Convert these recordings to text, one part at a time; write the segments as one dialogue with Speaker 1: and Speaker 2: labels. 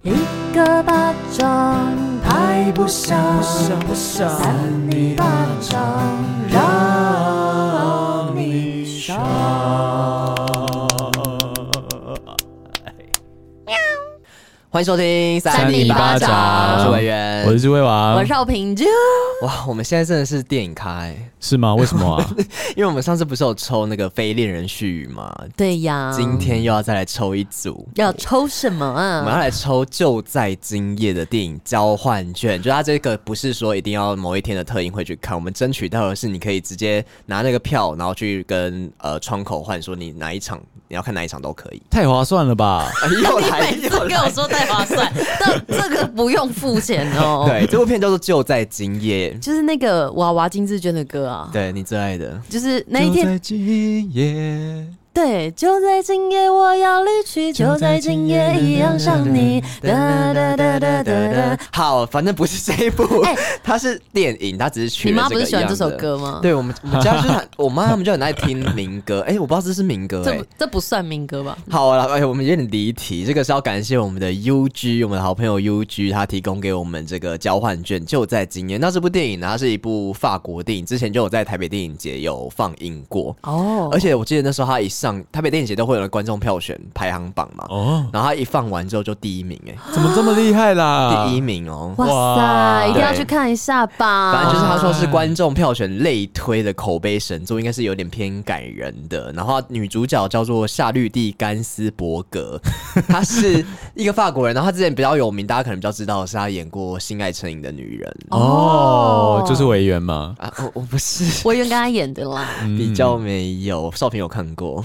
Speaker 1: 一个巴掌拍不响，
Speaker 2: 不想
Speaker 1: 扇你巴掌让你爽。
Speaker 3: 欢迎收听
Speaker 1: 扇你巴掌
Speaker 3: 我是委
Speaker 2: 我
Speaker 3: 员
Speaker 2: 是。智慧王，
Speaker 1: 我少平就
Speaker 3: 哇，我们现在真的是电影咖哎，
Speaker 2: 是吗？为什么 啊？
Speaker 3: 因为我们上次不是有抽那个非恋人絮语吗？
Speaker 1: 对呀，
Speaker 3: 今天又要再来抽一组。
Speaker 1: 要抽什么
Speaker 3: 我们要
Speaker 1: 啊？
Speaker 3: 来抽就在今夜的电影交换券，就它这个不是说一定要某一天的特映会去看，我们争取到的是你可以直接拿那个票，然后去跟呃窗口换，说你哪一场你要看哪一场都可以。
Speaker 2: 太划算了吧？
Speaker 3: 哎又来
Speaker 1: 每次
Speaker 3: 又
Speaker 1: 跟我
Speaker 3: 来，
Speaker 1: 说太划算，但 这个不用付钱哦。，
Speaker 3: 对，这部片叫做《就在今夜》，
Speaker 1: 就是那个娃娃金志娟的歌啊，
Speaker 3: 对你最爱的。
Speaker 1: 就是那一天
Speaker 2: 就在今夜，
Speaker 1: 对，就在今夜我要离去，就在今夜一样想你。哒哒哒哒哒哒。
Speaker 3: 好，反正不是这一部
Speaker 1: 哎，
Speaker 3: 它是电影，它只是取
Speaker 1: 你
Speaker 3: 了
Speaker 1: 妈
Speaker 3: 这
Speaker 1: 不
Speaker 3: 个
Speaker 1: 是喜欢
Speaker 3: 样
Speaker 1: 这首
Speaker 3: 的
Speaker 1: 歌吗？，
Speaker 3: 对我们，我们家就是很， 我妈他们就很爱听民歌。哎、我不知道这是民歌、
Speaker 1: 这
Speaker 3: 哎
Speaker 1: 不，这不算民歌吧？
Speaker 3: 好了，哎，我们有点离题。这个是要感谢我们的 UG，我们的好朋友 UG，他提供给我们这个交换券，就在今年。那这部电影呢，它是一部法国电影，之前就有在台北电影节有放映过。
Speaker 1: 哦
Speaker 3: 而，且我记得那时候他一上台北电影节都会有观众票选排行榜嘛，
Speaker 2: 哦，
Speaker 3: 然后他一放完之后就第一名、哎、
Speaker 2: 怎么这么厉害啦？
Speaker 3: 第一，名哦、
Speaker 1: 哇
Speaker 2: 哇
Speaker 1: 塞，一定要
Speaker 3: 对
Speaker 1: 去看一下吧。
Speaker 3: 反正就是他说是观众票选类推的口碑神作，应该是有点偏感人的。然后女主角叫做夏绿蒂·甘斯伯 格，她是一个法国人。然后她之前比较有名，大家可能比较知道的是她演过《性爱成瘾的女人》
Speaker 2: 哦，就是委员嘛。
Speaker 3: 啊，我我不是。
Speaker 1: 我原跟他演的啦。
Speaker 2: 嗯
Speaker 3: 比较没有，少平有看过。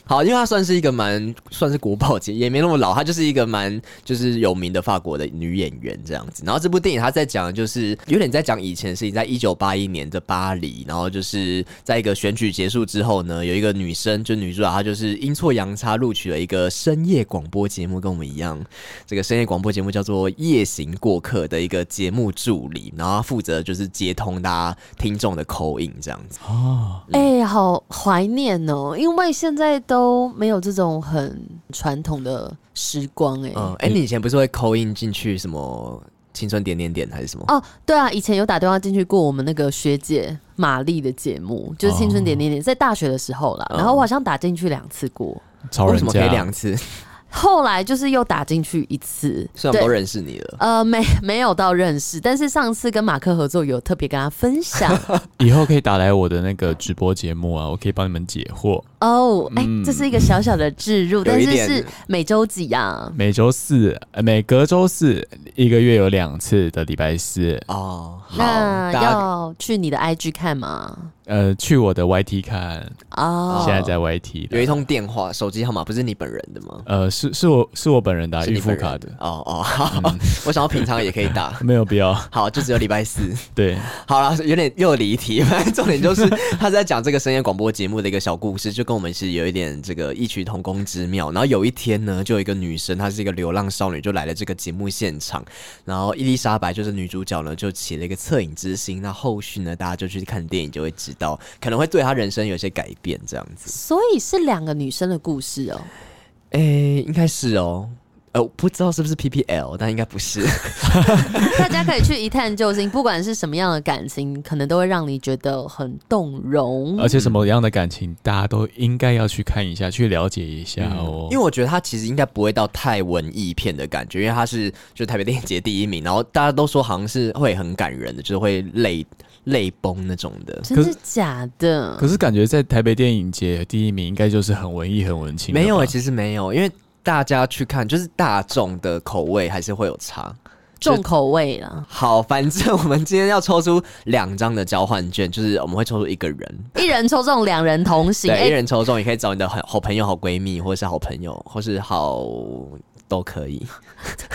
Speaker 3: 好，因为她算是一个蛮算是国宝级，也没那么老，她就是一个蛮就是有名的法国的女演员这样子。然后这部电影她在讲的就是有点在讲以前的事情，在一九八一年的巴黎，然后就是在一个选举结束之后呢，有一个女生就女主角她就是阴错阳差录取了一个深夜广播节目，跟我们一样，这个深夜广播节目叫做《夜行过客》的一个节目助理，然后她负责就是接通大家听众的口音这样子。
Speaker 2: 哦，
Speaker 1: 哎、好怀念哦，因为现在都没有这种很传统的时光哎、
Speaker 3: 嗯，哎、你以前不是会扣印进去什么青春点点点还是什么？
Speaker 1: 哦，对啊，以前有打电话进去过我们那个学姐玛丽的节目，就是《青春点点点》，在大学的时候啦。然后我好像打进去两次过，
Speaker 2: 超
Speaker 3: 为
Speaker 2: 人
Speaker 3: 什么可以
Speaker 2: 家，
Speaker 3: 两次？
Speaker 1: 后来就是又打进去一次。
Speaker 3: 虽然我都认识你了，
Speaker 1: 呃，没没有到认识，但是上次跟马克合作有特别跟他分享
Speaker 2: 以后可以打来我的那个直播节目啊，我可以帮你们解惑。
Speaker 1: 哦，哎、这是一个小小的置入，但
Speaker 3: 一
Speaker 1: 是
Speaker 3: 点
Speaker 1: 是每周几啊？
Speaker 2: 每周四，呃每隔周四，一个月有两次的礼拜四，
Speaker 3: 哦，好，
Speaker 1: 那
Speaker 3: 大家
Speaker 1: 要去你的 IG 看吗？
Speaker 2: 呃，去我的 YT 看，
Speaker 1: 哦，
Speaker 2: 现在在 YT
Speaker 3: 有一
Speaker 2: 的，
Speaker 3: 通电话，手机号码不是你本人的吗？
Speaker 2: 呃，是是我是我本人打
Speaker 3: 是
Speaker 2: 预
Speaker 3: 你
Speaker 2: 付
Speaker 3: 本人
Speaker 2: 卡的，。
Speaker 3: 哦 哦，好，我想要平常也可以打
Speaker 2: 没有必要，
Speaker 3: 好，就只有礼拜四。
Speaker 2: 对，
Speaker 3: 好了，有点又离题， 反正重点就是他在讲这个深夜广播节目的一个小故事，就跟我们是有一点这个异曲同工之妙。然后有一天呢，就有一个女生，她是一个流浪少女，就来了这个节目现场。然后伊丽莎白就是女主角呢，就起了一个恻隐之心。那后续呢，大家就去看电影就会知道，可能会对她人生有一些改变这样子。
Speaker 1: 所以是两个女生的故事哦。
Speaker 3: 诶、应该是哦。呃，我不知道是不是 PPL，但应该不是。
Speaker 1: 大家可以去一探究竟，不管是什么样的感情，可能都会让你觉得很动容。
Speaker 2: 而且什么样的感情，大家都应该要去看一下，去了解一下
Speaker 1: 嗯
Speaker 3: 嗯
Speaker 2: 哦。
Speaker 3: 因为我觉得它其实应该不会到太文艺片的感觉，因为它是就台北电影节第一名，然后大家都说好像是会很感人的，就是会泪泪崩那种的。
Speaker 1: 真
Speaker 2: 可
Speaker 1: 是
Speaker 2: 是
Speaker 1: 假的？
Speaker 2: 可是感觉在台北电影节第一名应该就是很文艺、很文青了吧，
Speaker 3: 没有诶、其实没有，因为大家去看就是大众的口味还是会有差。
Speaker 1: 重口味啦，
Speaker 3: 好，反正我们今天要抽出两张的交换券，就是我们会抽出一个人，
Speaker 1: 一人抽中，两人同行。
Speaker 3: 对，
Speaker 1: 哎
Speaker 3: 一人抽中，也可以找你的好好朋友、好闺蜜，或是好朋友，或是好都可以。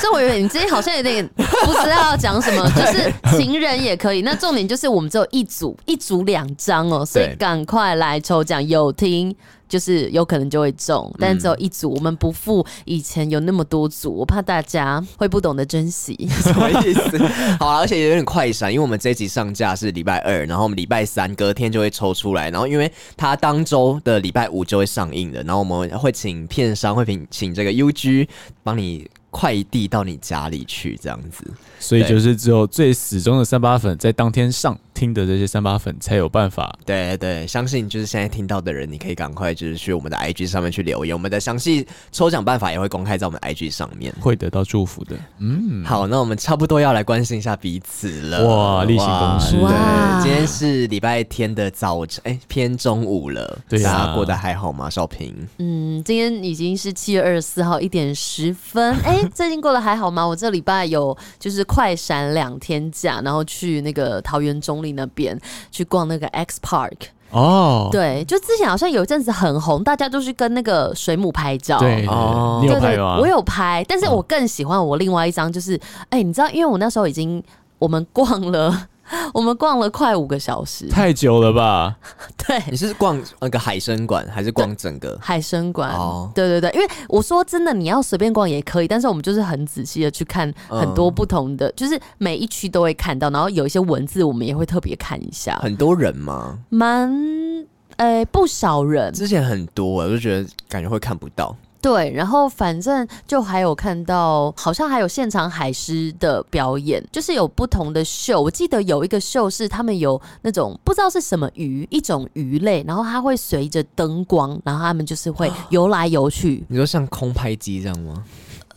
Speaker 1: 这我有点，你今天好像有点不知道要讲什么，就是情人也可以。那重点就是我们只有一组，一组两张哦，所以
Speaker 3: 对
Speaker 1: 赶快来抽奖，有听。就是有可能就会中，但只有一组，我们不付以前有那么多组，我怕大家会不懂得珍惜。
Speaker 3: 什么意思？好、啊，而且有点快闪，因为我们这一集上架是礼拜二，然后我们礼拜三隔天就会抽出来，然后因为它当周的礼拜五就会上映的，然后我们会请片商，会请请这个 UG 帮你。快递到你家里去，这样子。
Speaker 2: 所以
Speaker 3: 对
Speaker 2: 就是只有最死忠的三八粉，在当天上听的这些三八粉才有办法。
Speaker 3: 对对，相信就是现在听到的人，你可以赶快就是去我们的 IG 上面去留言，我们的详细抽奖办法也会公开在我们的 IG 上面。
Speaker 2: 会得到祝福的，嗯，
Speaker 3: 好，那我们差不多要来关心一下彼此了。
Speaker 2: 哇例行公事
Speaker 3: 哇
Speaker 1: 哇
Speaker 3: 对，今天是礼拜天的早晨，哎、偏中午了。
Speaker 2: 对啊
Speaker 3: 大家过得还好吗？少平，
Speaker 1: 嗯，今天已经是七月二十四号一点十分。哎、最近过得还好吗？我这礼拜有就是快闪两天假，然后去那个桃园中立那边去逛那个 X Park。
Speaker 2: 哦，
Speaker 1: 对，就之前好像有一阵子很红，大家都去跟那个水母拍照。
Speaker 2: 对，对
Speaker 3: 哦
Speaker 2: 你有
Speaker 1: 对
Speaker 2: 拍
Speaker 1: 对，
Speaker 2: 吗？嗯
Speaker 1: 我有拍，但是我更喜欢我另外一张，就是哎、你知道，因为我那时候已经我们逛了， 我们逛了快五个小时，
Speaker 2: 太久了吧？
Speaker 1: 对，
Speaker 3: 你是逛那个海参馆，还是逛整个？
Speaker 1: 海参馆，
Speaker 3: 哦
Speaker 1: 对对对，因为我说真的，你要随便逛也可以，但是我们就是很仔细的去看
Speaker 3: 嗯
Speaker 1: 很多不同的，就是每一区都会看到，然后有一些文字我们也会特别看一下，
Speaker 3: 很多人吗？
Speaker 1: 蛮呃不少人
Speaker 3: 之前很多，我就觉得感觉会看不到。
Speaker 1: 对，然后反正就还有看到，好像还有现场海狮的表演，就是有不同的秀。我记得有一个秀是他们有那种不知道是什么鱼，一种鱼类，然后它会随着灯光，然后他们就是会游来游去。
Speaker 3: 你说像空拍机这样吗？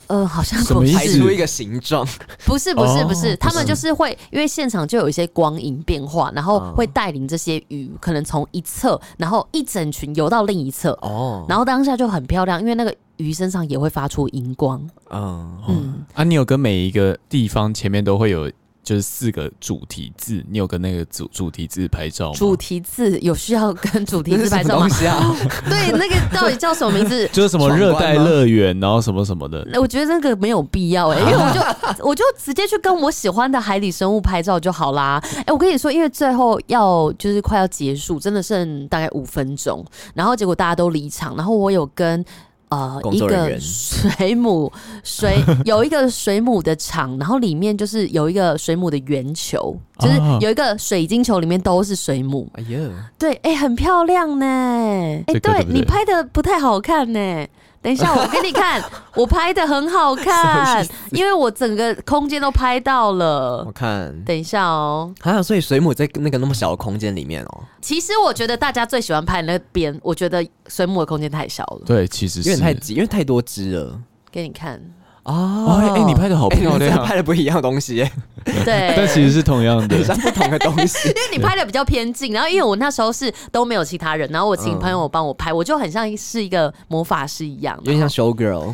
Speaker 1: 呃，好像
Speaker 2: 什
Speaker 1: 不
Speaker 2: 么意
Speaker 3: 排
Speaker 2: 思
Speaker 1: 是，
Speaker 3: 出一个形状，
Speaker 1: 不是，不是，
Speaker 2: 哦
Speaker 1: 不是，他们
Speaker 2: 不是
Speaker 1: 就是会，因为现场就有一些光影变化，然后
Speaker 2: 啊
Speaker 3: 哦
Speaker 1: 会带领这些鱼，可能从一侧，然后一整群游到另一侧，
Speaker 3: 哦，
Speaker 1: 然后当下就很漂亮，因为那个鱼身上也会发出荧光。
Speaker 3: 嗯，
Speaker 1: 嗯，
Speaker 2: 啊，你有跟每一个地方前面都会有就是四个主题字，你有跟那个主主题字拍照吗？？
Speaker 1: 主题字有需要跟主 题
Speaker 3: 这
Speaker 1: 字
Speaker 3: 是
Speaker 1: 拍
Speaker 3: 什
Speaker 1: 照
Speaker 3: 么
Speaker 1: 吗
Speaker 3: 东？西啊？
Speaker 1: 对，那个到底叫什么名字 哎
Speaker 2: 就是什么
Speaker 3: 闯关
Speaker 2: 热
Speaker 3: 吗
Speaker 2: 带乐园，然后什么什么的，
Speaker 1: 我觉得那个没有必要哎、因为我就 我就直接去跟我喜欢的海底生物拍照就好啦。哎、我跟你说，因为最后要就是快要结束，真的剩大概五分钟，然后结果大家都离场，然后我有跟。呃，
Speaker 3: 工
Speaker 1: 一
Speaker 3: 作人
Speaker 1: 个
Speaker 3: 员
Speaker 1: 水母水 有一个水母的场，然后里面就是有一个水母的圆球，就是
Speaker 2: 啊
Speaker 1: 有一个水晶球，里面都是水母。
Speaker 3: 哎呀，
Speaker 1: 对，哎、很漂亮呢。哎、
Speaker 2: 这个对
Speaker 1: 对
Speaker 2: 不对
Speaker 1: 你拍的不太好看呢。等一下，我给你 看，我拍的很好看，因为我整个空间都拍到了
Speaker 3: 我。看
Speaker 1: 等一下哦，
Speaker 3: 啊，所以水母在那个那么小的空间里面哦，
Speaker 1: 其实我觉得大家最喜欢拍那边，我觉得水母的空间太小了。
Speaker 2: 对，其实
Speaker 3: 有
Speaker 2: 是
Speaker 3: 点太挤，因为太多只了
Speaker 1: 给你看，
Speaker 3: 哦
Speaker 2: 哦，哎，你拍的好 漂亮啊，
Speaker 3: 拍的不一样的东西耶，
Speaker 1: 对，
Speaker 2: 但其实是 同样 的
Speaker 1: 哎
Speaker 3: 很像不同的东西。
Speaker 1: 因为你拍的比较偏近，然后因为我那时候是都没有其他人，然后我请
Speaker 3: 嗯
Speaker 1: 朋友帮我拍，我就很像是一个魔法师一样，
Speaker 3: 有点像 show girl，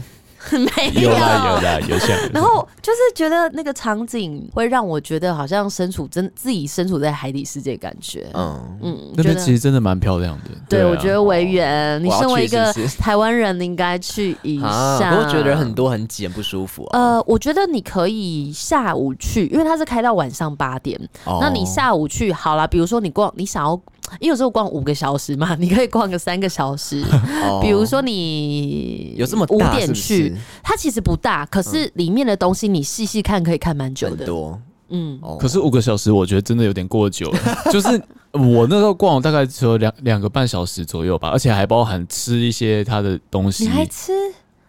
Speaker 1: 没
Speaker 2: 有啦有
Speaker 1: 啊
Speaker 2: 啦有像，
Speaker 1: 然后就是觉得那个场景会让我觉得好像身处真自己身处在海底世界的感觉。
Speaker 3: 嗯，
Speaker 1: 嗯，
Speaker 2: 那
Speaker 1: 觉
Speaker 2: 边
Speaker 1: 得
Speaker 2: 其实真的蛮漂亮的，
Speaker 1: 对
Speaker 2: 啊
Speaker 1: 我觉得维园，你
Speaker 3: 哦我要
Speaker 1: 身为一
Speaker 3: 去
Speaker 1: 个
Speaker 3: 是不是
Speaker 1: 台湾人，你应该去一
Speaker 3: 啊，
Speaker 1: 下。
Speaker 3: 不过觉得人很多很挤，很不舒服啊。
Speaker 1: 呃，我觉得你可以下午去，因为它是开到晚上八点。
Speaker 3: 哦
Speaker 1: 那你下午去好啦，比如说你逛，你想要，因为有时候逛五个小时嘛，你可以逛个三个小时。
Speaker 3: 哦
Speaker 1: 比如说你
Speaker 3: 有这么
Speaker 1: 五
Speaker 3: 大
Speaker 1: 点
Speaker 3: 是不是
Speaker 1: 去，
Speaker 3: 嗯
Speaker 1: 它其实不大，可是里面的东西你细细看可以看蛮久
Speaker 3: 很
Speaker 1: 的。
Speaker 3: 多
Speaker 1: 嗯，
Speaker 3: 哦，
Speaker 2: 可是五个小时，我觉得真的有点过久了。就是我那时候逛，大概只有两两个半小时左右吧，而且还包含吃一些它的东西
Speaker 1: 你，还吃？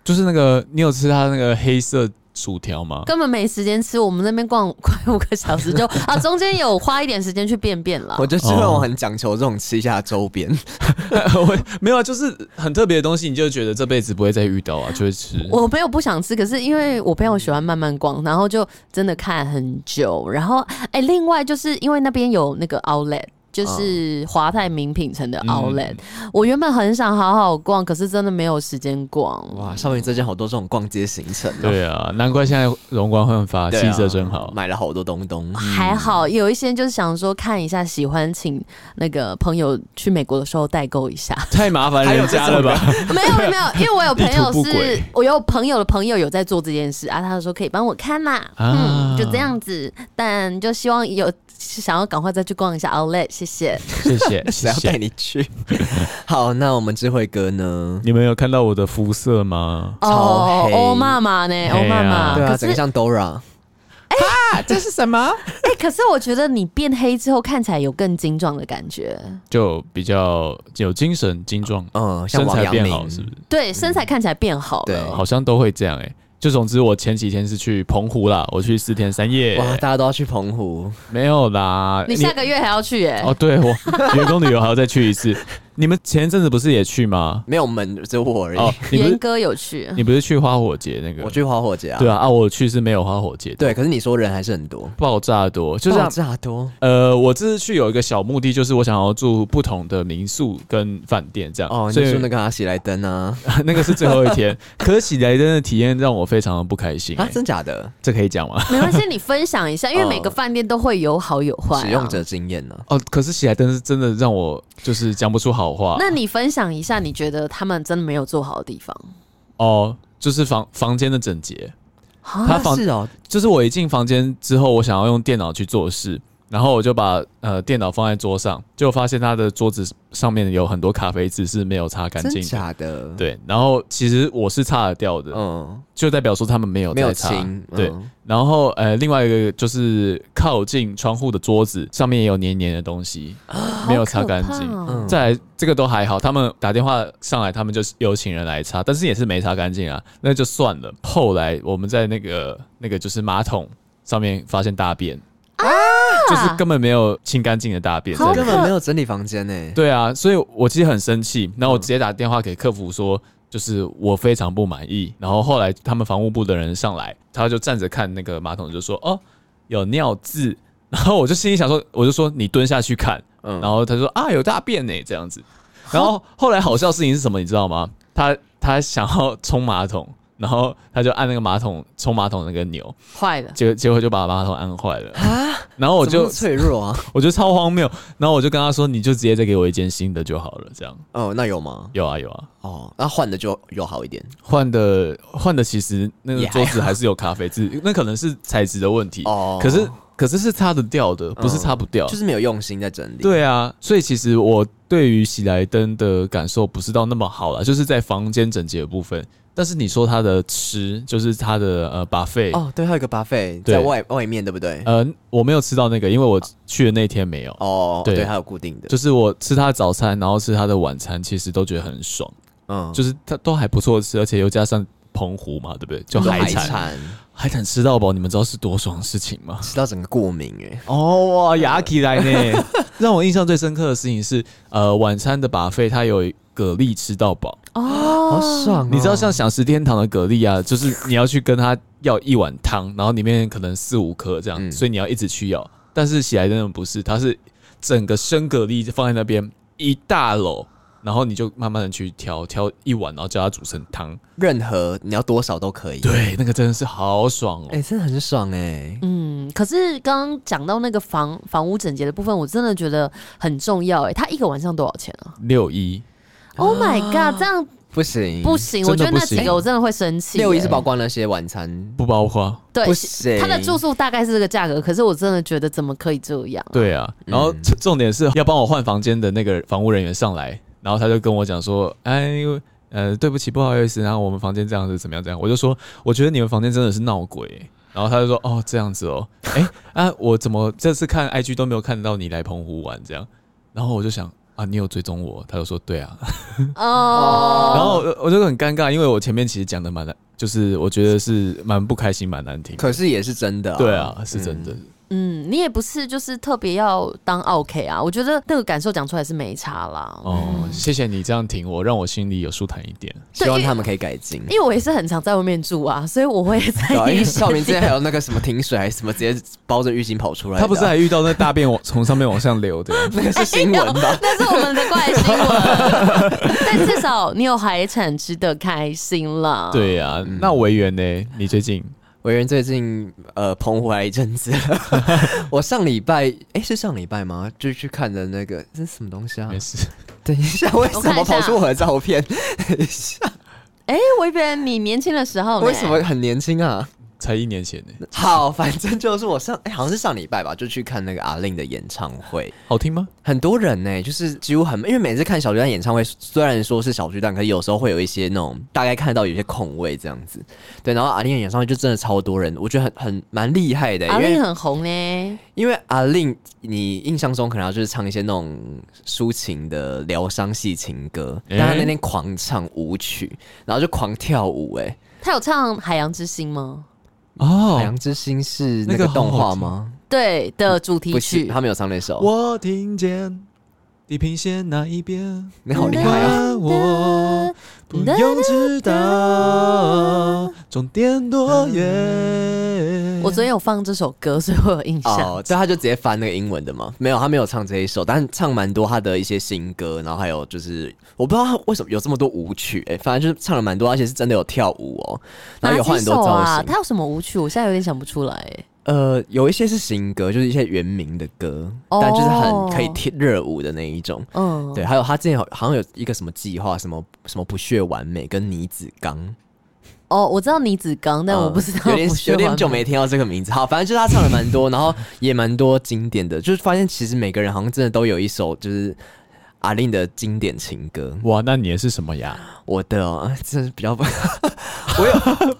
Speaker 2: 就是那个你有吃它那个黑色薯条吗？
Speaker 1: 根本没时间吃，我们那边逛快五个小时就啊，中间有花一点时间去便便了
Speaker 3: 哦我。就希望我很讲求这种吃一下周边，
Speaker 2: 我没有啊，就是很特别的东西，你就觉得这辈子不会再遇到啊，就会吃。
Speaker 1: 我没有不想吃，可是因为我朋友喜欢慢慢逛，然后就真的看很久。然后，哎、另外就是因为那边有那个 outlet，就是华泰名品城的 outlet，、我原本很想好好逛，可是真的没有时间逛。
Speaker 3: 哇，上面最近好多这种逛街行程哦，
Speaker 2: 对啊，难怪现在容光焕发，
Speaker 3: 对
Speaker 2: 气
Speaker 3: 啊
Speaker 2: 色真好。
Speaker 3: 买了好多东东，嗯
Speaker 1: 还好有一些就是想说看一下，喜欢请那个朋友去美国的时候代购一下。
Speaker 2: 太麻烦人家了吧？
Speaker 1: 没有没有没有，因为我有朋友
Speaker 2: 意图不
Speaker 1: 是
Speaker 2: 轨，
Speaker 1: 我有朋友的朋友有在做这件事啊，他就说可以帮我看嘛，
Speaker 2: 啊
Speaker 1: 嗯，就这样子，但就希望有想要赶快再去逛一下 Outlet，谢谢。
Speaker 2: 谢谢
Speaker 3: 谁
Speaker 2: 谢
Speaker 3: 要带
Speaker 2: 谢。
Speaker 3: 你去？ 好，那我们智慧哥呢？
Speaker 2: 你们有看到我的肤色吗？
Speaker 3: 超黑
Speaker 1: 欧哦妈妈呢？欧妈妈，
Speaker 2: 对
Speaker 3: 对啊，
Speaker 1: 可
Speaker 3: 哎
Speaker 1: 是
Speaker 3: 整个像 Dora，
Speaker 2: 啊，这是什么？
Speaker 1: 哎、可是我觉得你变黑之后看起来有更精壮的感觉，
Speaker 2: 就比较有精神、精壮，
Speaker 3: 嗯，像
Speaker 2: 身
Speaker 3: 王
Speaker 2: 材
Speaker 3: 阳
Speaker 2: 变好，
Speaker 3: 明
Speaker 2: 是不是？
Speaker 1: 对，身材看起来变好
Speaker 3: 对
Speaker 1: 了。
Speaker 2: 好像都会这样哎、就总之，我前几天是去澎湖啦，我去四天三夜，
Speaker 3: 哇，大家都要去澎湖，
Speaker 2: 没有啦。
Speaker 1: 你下个月还要去哎、
Speaker 2: 哦，对我 员工旅游还要再去一次。你们前一阵子不是也去吗？
Speaker 3: 没有我们只有我而已。
Speaker 2: 哦，你不
Speaker 1: 严
Speaker 2: 是
Speaker 1: 哥有 去，
Speaker 2: 你不是去花火节那个？
Speaker 3: 我去花火节啊，
Speaker 2: 对啊啊，我去是没有花火节的，
Speaker 3: 对，可是你说人还是很多，
Speaker 2: 爆炸多，就是
Speaker 3: 爆炸多
Speaker 2: 呃，我这次去有一个小目的，就是我想要住不同的民宿跟饭店这样。
Speaker 3: 哦。
Speaker 2: 啊所
Speaker 3: 你
Speaker 2: 以
Speaker 3: 说那个阿喜来登啊，
Speaker 2: 那个是最后一天，可是喜来登的体验让我非常的不开心、
Speaker 3: 啊，
Speaker 2: 欸
Speaker 3: 真假的？
Speaker 2: 这可以讲吗？
Speaker 1: 没关系，你分享一下，因为每个饭店都会有好有坏、啊。
Speaker 3: 使用者经验呢？
Speaker 2: 哦，可是喜来登是真的让我就是讲不出好话。
Speaker 1: 那你分享一下，你觉得他们真的没有做好的地方？
Speaker 2: 哦，就是房房间的整洁，
Speaker 1: 啊
Speaker 2: 他
Speaker 3: 啊
Speaker 2: 房
Speaker 3: 是哦，
Speaker 2: 就是我一进房间之后，我想要用电脑去做事，然后我就把呃电脑放在桌上，就发现他的桌子上面有很多咖啡渍是没有擦干
Speaker 3: 真
Speaker 2: 净的。
Speaker 3: 假的？，
Speaker 2: 对，然后其实我是擦得掉的，
Speaker 3: 嗯，
Speaker 2: 就代表说他们没有
Speaker 3: 没有
Speaker 2: 在擦。
Speaker 3: 清，
Speaker 2: 对
Speaker 3: 嗯
Speaker 2: 然后呃，另外一个就是靠近窗户的桌子上面也有黏黏的东西，没有擦干净。
Speaker 1: 好可怕哦
Speaker 3: 嗯
Speaker 2: 再来这个都还好，他们打电话上来，他们就是有请人来擦，但是也是没擦干净啊，那就算了。后来我们在那个那个就是马桶上面发现大便，嗯就是根本没有清干净的大便在
Speaker 1: 啊好
Speaker 2: 那
Speaker 1: 可
Speaker 2: 边。
Speaker 3: 根本没有整理房间欸呢。
Speaker 2: 对啊，所以我其实很生气，然后我直接打电话给客服说，就是我非常不满意。然后后来他们房务部的人上来，他就站着看那个马桶，就说：“哦，有尿渍。”然后我就心里想说，我就说你蹲下去看，
Speaker 3: 嗯
Speaker 2: 然后他说啊有大便呢、这样子。然后后来好笑的事情是什么，你知道吗？他他想要冲马桶，然后他就按那个马桶冲马桶那个钮，
Speaker 1: 坏了，
Speaker 2: 结结果就把马桶按坏了。
Speaker 3: 啊，
Speaker 2: 然后我
Speaker 3: 怎么
Speaker 2: 哦就
Speaker 3: 那么脆弱 啊。
Speaker 2: 我觉得超荒谬，然后我就跟他说，你就直接再给我一间新的就好了，这样。
Speaker 3: 哦，那有吗？
Speaker 2: 有啊有啊，
Speaker 3: 哦，那换的就有好一点。
Speaker 2: 换的换的其实那个
Speaker 3: 也还
Speaker 2: 桌子还是有咖啡渍，那可能是材质的问题。
Speaker 3: 哦
Speaker 2: 可是可是是擦得掉的，不
Speaker 3: 嗯
Speaker 2: 是擦不掉。
Speaker 3: 就是没有用心在整理。，
Speaker 2: 对啊，所以其实我对于喜来登的感受不是到那么好啦，就是在房间整洁的部分。但是你说它的吃，就是它的呃 buffet，、
Speaker 3: 哦，对，还有一个 buffet
Speaker 2: 对
Speaker 3: 在外外面，对不对？
Speaker 2: 呃，我没有吃到那个，因为我去的那天没有。
Speaker 3: 哦，
Speaker 2: 对
Speaker 3: 对，还有固定的，
Speaker 2: 就是我吃它的早餐，然后吃它的晚餐，其实都觉得很爽，
Speaker 3: 嗯，
Speaker 2: 就是它都还不错吃，而且又加上澎湖嘛，对不对？就
Speaker 3: 就
Speaker 2: 海
Speaker 3: 海
Speaker 2: 产，
Speaker 3: 产
Speaker 2: 海产吃到饱，你们知道是多爽的事情吗？
Speaker 3: 吃到整个过敏哎。
Speaker 2: 哦，哇，牙起来呢！ 让我印象最深刻的事情是，呃，晚餐的把费它有蛤蜊吃到饱。
Speaker 1: 哦，
Speaker 3: 好爽、哦！
Speaker 2: 你知道，像享食天堂的蛤蜊啊，就是你要去跟他要一碗汤，然后里面可能四五颗这样，
Speaker 3: 嗯
Speaker 2: 所以你要一直去要。但是喜来登的不是，它是整个生蛤蜊放在那边一大篓，然后你就慢慢的去挑挑一碗，然后叫它煮成汤。
Speaker 3: 任何你要多少都可以。，
Speaker 2: 对，那个真的是好爽哦。
Speaker 3: 哎、真的很爽哎、
Speaker 1: 嗯，可是刚刚讲到那个房房屋整洁的部分，我真的觉得很重要哎、他一个晚上多少钱啊
Speaker 2: 六一，
Speaker 3: 啊
Speaker 1: ？Oh my god，这样
Speaker 3: 不行
Speaker 1: 不行，
Speaker 2: 嗯真的
Speaker 1: 我觉得
Speaker 2: 不
Speaker 1: 那几
Speaker 2: 行
Speaker 1: 个我真的会生气、
Speaker 3: 六一是
Speaker 1: 哎
Speaker 3: 包括那些晚餐，
Speaker 2: 不包括。
Speaker 1: 对
Speaker 3: 不行
Speaker 1: 他的住宿大概是这个价格，可是我真的觉得怎么可以这 样？
Speaker 2: 对啊，然后重重点是要帮我换房间的那个房务人员上来，然后他就跟我讲说，哎，呃，对不起，不好意思，然后我们房间这样子怎么样怎么样，我就说，我觉得你们房间真的是闹鬼、然后他就说：“哦，这样子哦，哎啊，我怎么这次看 IG 都没有看到你来澎湖玩这样？”然后我就想啊，你有追踪我？他就说：“对啊。”
Speaker 1: 哦，
Speaker 2: 然后我我就很尴尬，因为我前面其实讲的蛮难，就是我觉得是蛮不开心，蛮难听。
Speaker 3: 可是也是真的、
Speaker 2: 对啊，是真的。
Speaker 1: 嗯，你也不是就是特别要当 OK 啊，我觉得那个感受讲出来是没差啦。
Speaker 2: 哦，谢谢你这样挺我，让我心里有舒坦一点。
Speaker 3: 希望他们可以改进。
Speaker 1: 因为我也是很常在外面住啊，所以我会在
Speaker 3: 对啊 因
Speaker 1: 意
Speaker 3: 为少明之前还有那个什么停水还是什么，直接包着浴巾跑出来的啊、
Speaker 2: 他不是还遇到那大便往从上面往上流的？
Speaker 3: 那个是新闻 吧？
Speaker 1: 那是我们的怪新闻，但至少你有海产吃的开心啦。，
Speaker 2: 对呀、那维园呢？你最近
Speaker 3: 委员最近呃澎湖来一阵子了， 我上礼拜哎、诶是上礼拜吗？就去看的那个这是什么东西啊
Speaker 2: 没？事？
Speaker 3: 等一下，为
Speaker 1: 我
Speaker 3: 什
Speaker 1: 看
Speaker 3: 么
Speaker 1: 一下
Speaker 3: 跑出我的照片？等一下，
Speaker 1: 哎、我以为你年轻的时候呢
Speaker 3: 为什么很年轻啊？
Speaker 2: 才一年前呢，
Speaker 3: 好，反正就是我上哎、好像是上礼拜吧，就去看那个阿令的演唱会。
Speaker 2: 好听吗？
Speaker 3: 很多人呢、就是几乎很，因为每次看小巨蛋演唱会，虽然说是小巨蛋，可是有时候会有一些那种大概看到有些空位这样子。对，然后阿令的演唱会就真的超多人，我觉得很很蛮厉害的、
Speaker 1: 阿
Speaker 3: 因
Speaker 1: 令
Speaker 3: 为
Speaker 1: 很红呢？
Speaker 3: 因为阿令，你印象中可能要就是唱一些那种抒情的疗伤系情歌，
Speaker 2: 诶
Speaker 3: 但他那天狂唱舞曲，然后就狂跳舞、哎，
Speaker 1: 他有唱《海洋之心》吗？
Speaker 3: 海
Speaker 2: 哦
Speaker 3: 洋，之心》是那
Speaker 2: 那个
Speaker 3: 个
Speaker 2: 好
Speaker 3: 动
Speaker 2: 好
Speaker 3: 画
Speaker 2: 听
Speaker 3: 吗？
Speaker 1: 对的主题
Speaker 3: 不是，
Speaker 1: 曲，
Speaker 3: 他没有唱那首。
Speaker 2: 我听见地平线那一边，
Speaker 3: 你好厉害啊！
Speaker 2: 管我不用知道终点多
Speaker 3: 嗯
Speaker 2: 远。
Speaker 1: 我昨天有放这首歌，所以我有印象。
Speaker 3: 哦，所以他就直接翻那个英文的嘛？没有，他没有唱这一首，但唱蛮多他的一些新歌，然后还有就是我不知道他为什么有这么多舞曲，哎、反正就是唱了蛮多，而且是真的有跳舞哦，然后有换
Speaker 1: 哪
Speaker 3: 很
Speaker 1: 几
Speaker 3: 多
Speaker 1: 首
Speaker 3: 造
Speaker 1: 啊？
Speaker 3: 型。
Speaker 1: 他有什么舞曲？我现在有点想不出来欸。
Speaker 3: 呃，有一些是新歌，就是一些原名的歌，
Speaker 1: 哦
Speaker 3: 但就是很可以贴热舞的那一种。
Speaker 1: 嗯，
Speaker 3: 对，还有他之前好好像有一个什么计划，什么什么不屑完美跟倪子刚，
Speaker 1: 哦，我知道倪子刚，但我
Speaker 3: 嗯
Speaker 1: 不知道
Speaker 3: 有点
Speaker 1: 不是
Speaker 3: 有点
Speaker 1: 完
Speaker 3: 久
Speaker 1: 美
Speaker 3: 没听到这个名字。好，反正就是他唱了蛮多，然后也蛮多经典的，就是发现其实每个人好像真的都有一首就是阿令的经典情歌。
Speaker 2: 哇，那你的是什么呀？
Speaker 3: 我的、哦、 真的是比较不，？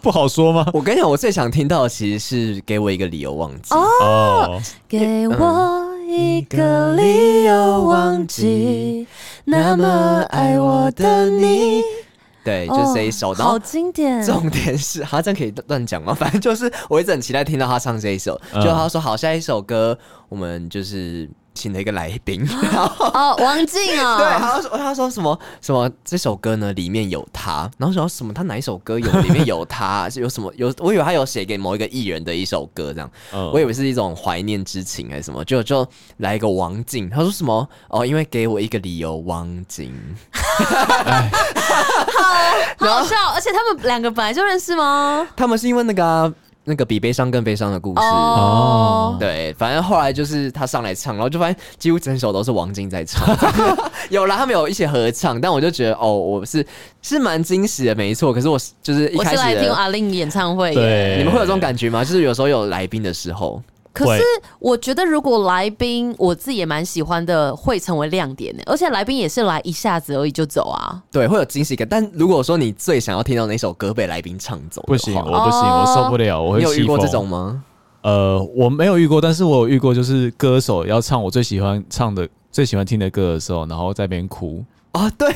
Speaker 2: 不好说吗
Speaker 3: 我跟你讲，我最想听到的其实是给我一个理由忘记。哦
Speaker 2: 哦，
Speaker 1: 给我一个理由忘记那么爱我的你。
Speaker 3: 对，就是这一首。
Speaker 1: 哦
Speaker 3: 然后
Speaker 1: 好经典。
Speaker 3: 重点是， 他这样可以乱讲吗？反正就是我一直很期待听到他唱这一首。就他说好，下一首歌我们就是请了一个来宾， 然后
Speaker 1: 哦，王静哦，
Speaker 3: 对，他说他说什么什么这首歌呢里面有他，然后想说什么他哪一首歌有里面有他啊 是有什么有，我以为他有写给某一个艺人的一首歌这样，
Speaker 2: 嗯
Speaker 3: 我以为是一种怀念之情还是什么，就就来一个王静，他说什么哦，因为给我一个理由王静，
Speaker 1: 好好笑。而且他们两个本来就认识吗？
Speaker 3: 他们是因为那个啊、那个比悲伤更悲伤的故事。
Speaker 1: 哦，
Speaker 3: 对，反正后来就是他上来唱，然后就发现几乎整首都是王静在唱。 有啦，他们有一些合唱，但我就觉得哦，我是是蛮惊喜的，没错。可是我是就是一
Speaker 1: 我
Speaker 3: 开
Speaker 1: 是
Speaker 3: 始
Speaker 1: 来听
Speaker 3: 的
Speaker 1: 阿令演唱会耶。
Speaker 2: 对，
Speaker 3: 哎你们会有这种感觉吗？就是有时候有来宾的时候，
Speaker 1: 可是
Speaker 2: 会
Speaker 1: 我觉得，如果来宾我自己也蛮喜欢的，会成为亮点的。而且来宾也是来一下子而已就走 啊。
Speaker 3: 对，会有惊喜感。但如果说你最想要听到哪首歌被来宾唱走的话，
Speaker 2: 不行，我不行，
Speaker 1: 哦
Speaker 2: 我受不了，我会
Speaker 3: 你有遇过
Speaker 2: 气
Speaker 3: 这
Speaker 2: 疯
Speaker 3: 种？吗？
Speaker 2: 呃，我没有遇过，但是我有遇过，就是歌手要唱我最喜欢唱的、最喜欢听的歌的时候，然后在那边哭，
Speaker 3: 啊，对，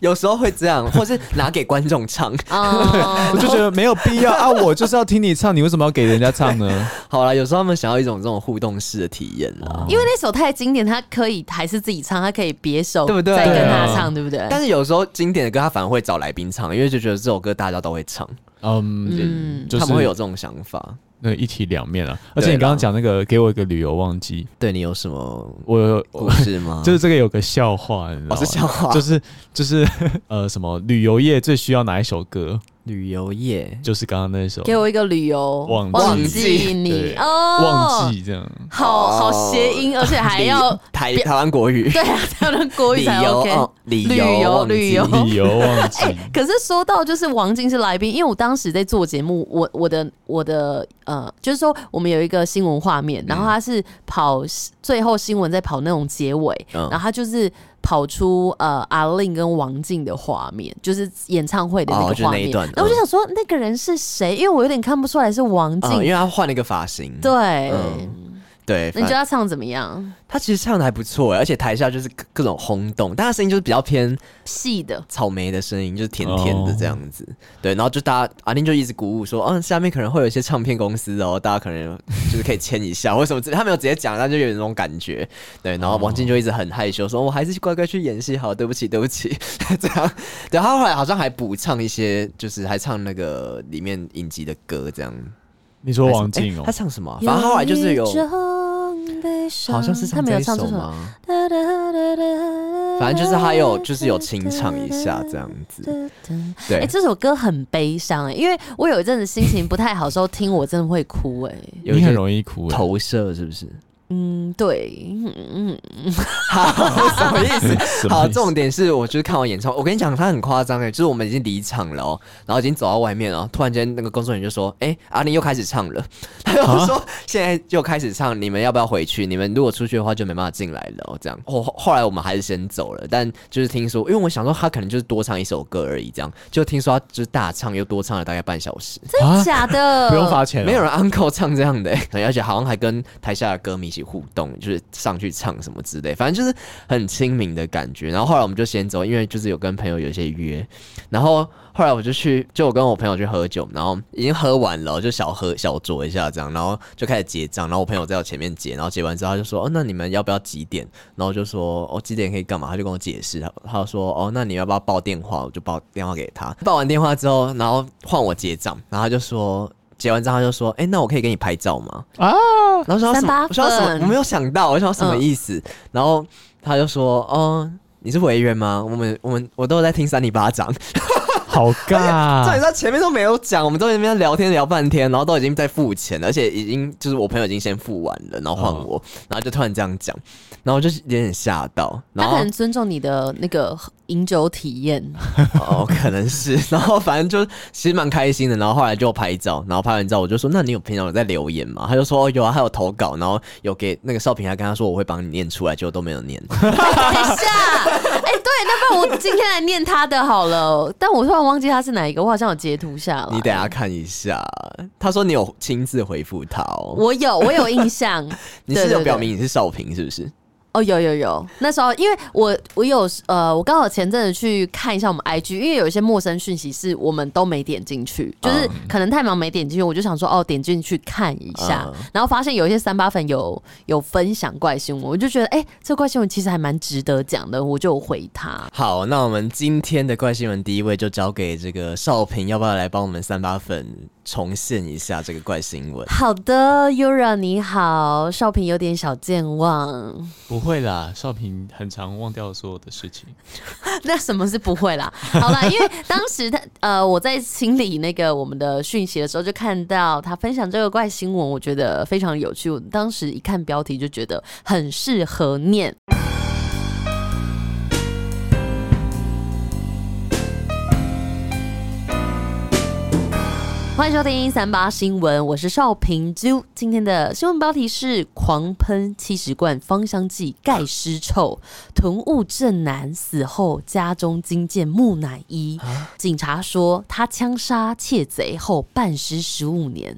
Speaker 3: 有时候会这样，或是拿给观众唱。
Speaker 1: 啊
Speaker 2: 我就觉得没有必要啊！我就是要听你唱，你为什么要给人家唱呢？
Speaker 3: 好啦，有时候他们想要一种这种互动式的体验啦。
Speaker 1: 因为那首太经典，他可以还是自己唱，他可以别手
Speaker 3: 对不对
Speaker 1: 再跟他
Speaker 2: 对啊
Speaker 1: 唱，对不对？
Speaker 3: 但是有时候经典的歌，他反而会找来宾唱，因为就觉得这首歌大家都会唱，
Speaker 2: 嗯，
Speaker 1: 嗯，
Speaker 2: 就是
Speaker 3: 他们会有这种想法。
Speaker 2: 那一体两面啊。而且你刚刚讲那个，给我一个理由忘记，
Speaker 3: 对你有什么
Speaker 2: 我我
Speaker 3: 故事 吗？
Speaker 2: 就是这个有个笑话，你知
Speaker 3: 我
Speaker 2: 道吗
Speaker 3: 是笑话，
Speaker 2: 嗯哦就是是就是 呃什么旅游业最需要哪一首歌？
Speaker 3: 旅游业。
Speaker 2: 就是刚刚那首
Speaker 1: 给我一个理由，
Speaker 2: 忘记
Speaker 1: 记你
Speaker 2: 对
Speaker 1: 哦，
Speaker 2: 忘，记这 样。
Speaker 1: 好好谐音，
Speaker 3: 哦
Speaker 1: 而且还要
Speaker 3: 理台台湾国语，
Speaker 1: 对啊，才能国语
Speaker 3: 旅
Speaker 1: 才
Speaker 3: 游
Speaker 1: OK。
Speaker 3: 哦旅
Speaker 1: 旅游
Speaker 3: 游嗯
Speaker 1: 旅游
Speaker 2: 理由忘记，
Speaker 1: 可是说到就是王晶是来宾，因为我当时在做节目，我我的我的呃，就是说我们有一个新闻画面，
Speaker 3: 嗯
Speaker 1: 然后他是跑最后新闻在跑那种结尾，
Speaker 3: 嗯
Speaker 1: 然后他就是跑出呃阿令跟王静的画面，就是演唱会的那
Speaker 3: 哦
Speaker 1: 个
Speaker 3: 就是
Speaker 1: 画
Speaker 3: 那一
Speaker 1: 面。
Speaker 3: 段
Speaker 1: 然后我就想说那个人是谁，因为我有点看不出来是王
Speaker 3: 嗯因
Speaker 1: 静。
Speaker 3: 为他换了一个发型，
Speaker 1: 对，
Speaker 3: 嗯对，
Speaker 1: 那你觉
Speaker 3: 反
Speaker 1: 得他唱怎么样？
Speaker 3: 他其实唱的还不错，欸而且台下就是各各种轰动，但他声音就是比较偏
Speaker 1: 细的。
Speaker 3: 草莓的声音，就是甜甜的这样
Speaker 2: 哦
Speaker 3: 子。对，然后就大家阿丁就一直鼓舞说，嗯、下面可能会有一些唱片公司哦，大家可能就是可以签一下，或什么之，他没有直接讲，但就有那种感觉。对，然后
Speaker 2: 哦
Speaker 3: 王静就一直很害羞说，我还是乖乖去演戏好，对不起，对不起，这样。对，他后来好像还补唱一些，就是还唱那个里面影集的歌这样。
Speaker 2: 你说王静
Speaker 3: 诶
Speaker 2: 哦
Speaker 3: 他，唱什么啊、反正后来就是有
Speaker 1: 一。种悲伤
Speaker 3: 好像是
Speaker 1: 他
Speaker 3: 唱
Speaker 1: 没
Speaker 3: 这
Speaker 1: 有
Speaker 3: 一
Speaker 1: 唱这
Speaker 3: 首
Speaker 1: 首
Speaker 3: 吗？
Speaker 1: 反
Speaker 3: 反正就是他有，就是有清唱一下这样子。对，
Speaker 1: 哎、这首歌很悲伤哎、因为我有一阵子心情不太好的时候听，我真的会哭哎、
Speaker 3: 有一
Speaker 2: 你很
Speaker 3: 些
Speaker 2: 容易哭 欸，
Speaker 3: 投射是不是？
Speaker 1: 嗯，对，嗯嗯，
Speaker 3: 什么意思？
Speaker 2: 什么
Speaker 3: 好，
Speaker 2: 意思
Speaker 3: 重点是我就是看完演唱会，我跟你讲，他很夸张哎，就是我们已经离场了哦，然后已经走到外面了，突然间那个工作人员就说：“哎、阿玲又开始唱了。” 他就说：“现在又开始唱，你们要不要回去？你们如果出去的话就没办法进来了、哦。”这样，后后来我们还是先走了，但就是听说，因为我想说他可能就是多唱一首歌而已，这样就听说他就是大唱又多唱了大概半小时，
Speaker 1: 真的假的？
Speaker 2: 不用罚钱哦，
Speaker 3: 没有人 uncle 唱这样的、哎而且好像还跟台下的歌迷一起起互动，就是上去唱什么之类，反正就是很亲民的感觉。然后后来我们就先走，因为就是有跟朋友有一些约，然后后来我就去，就我跟我朋友去喝酒，然后已经喝完了，就小喝小酌一下这样，然后就开始结账，然后我朋友在我前面结，然后结完之后他就说，哦，那你们要不要几点？然后我就说，哦，几点可以干嘛？他就跟我解释，他他说，哦，那你要不要报电话？我就报电话给他，报完电话之后，然后换我结账，然后他就说。结完账他就说：“哎、那我可以给你拍照吗？”
Speaker 2: 啊，
Speaker 3: 然后说什
Speaker 1: 三八
Speaker 3: 么？我说什么？
Speaker 1: 粉嗯
Speaker 3: 我没有想到，我想什么意思？然后他就说：“哦，你是委员吗？我们我们我都有在听三里巴掌。
Speaker 2: 好
Speaker 3: 重点
Speaker 2: 尬，
Speaker 3: 他前面都没有讲，我们都在那边聊天聊半天，然后都已经在付钱了，而且已经就是我朋友已经先付完了，然后换我，然后就突然这样讲，然后我就有点吓到，然
Speaker 1: 他
Speaker 3: 后
Speaker 1: 可能尊重你的那个饮酒体验，
Speaker 3: 哦， 可能是，然后反正就其实蛮开心的，然后后来就拍照，然后拍完照我就说，那你有平常有在留言吗？他就说、哦、有啊，还有投稿，然后有给那个少平，还跟他说我会帮你念出来，结果都没有念。
Speaker 1: 等一下，哎、对，那不然我今天来念他的好了，但我突然忘记他是哪一个，我好像有截图下来。
Speaker 3: 你等下看一下，他说你有亲自回复他哦，。
Speaker 1: 我有，我有印象
Speaker 3: 你是
Speaker 1: 对
Speaker 3: 有
Speaker 1: 对
Speaker 3: 表
Speaker 1: 对
Speaker 3: 明你是少平是不是？
Speaker 1: 哦，有有有，那时候因为我我有呃，我刚好前阵子去看一下我们 IG，因为有一些陌生讯息是我们都没点进去，
Speaker 3: 嗯
Speaker 1: 就是可能太忙没点进去，我就想说哦，点进去看一下，
Speaker 3: 嗯
Speaker 1: 然后发现有一些三八粉有有分享怪新闻，我就觉得哎、这怪新闻其实还蛮值得讲的，我就有回他。
Speaker 3: 好，那我们今天的怪新闻第一位就交给这个少平，要不要来帮我们三八粉重现一下这个怪新闻？
Speaker 1: 好的，Yura 你好，少平有点小健忘，
Speaker 2: 不会啦，少平很常忘掉所有的事情。
Speaker 1: 那什么是不会啦？好 啦，因为当时他呃，我在清理那个我们的讯息的时候，就看到他分享这个怪新闻，我觉得非常有趣。我当时一看标题就觉得很适合念。欢迎收听三八新闻，我是邵平啾。今天的新闻标题是：狂喷七十罐芳香剂盖尸臭，囤物症男死后家中惊见木乃伊。
Speaker 3: 啊
Speaker 1: 警察说他枪杀窃贼后半尸十五年。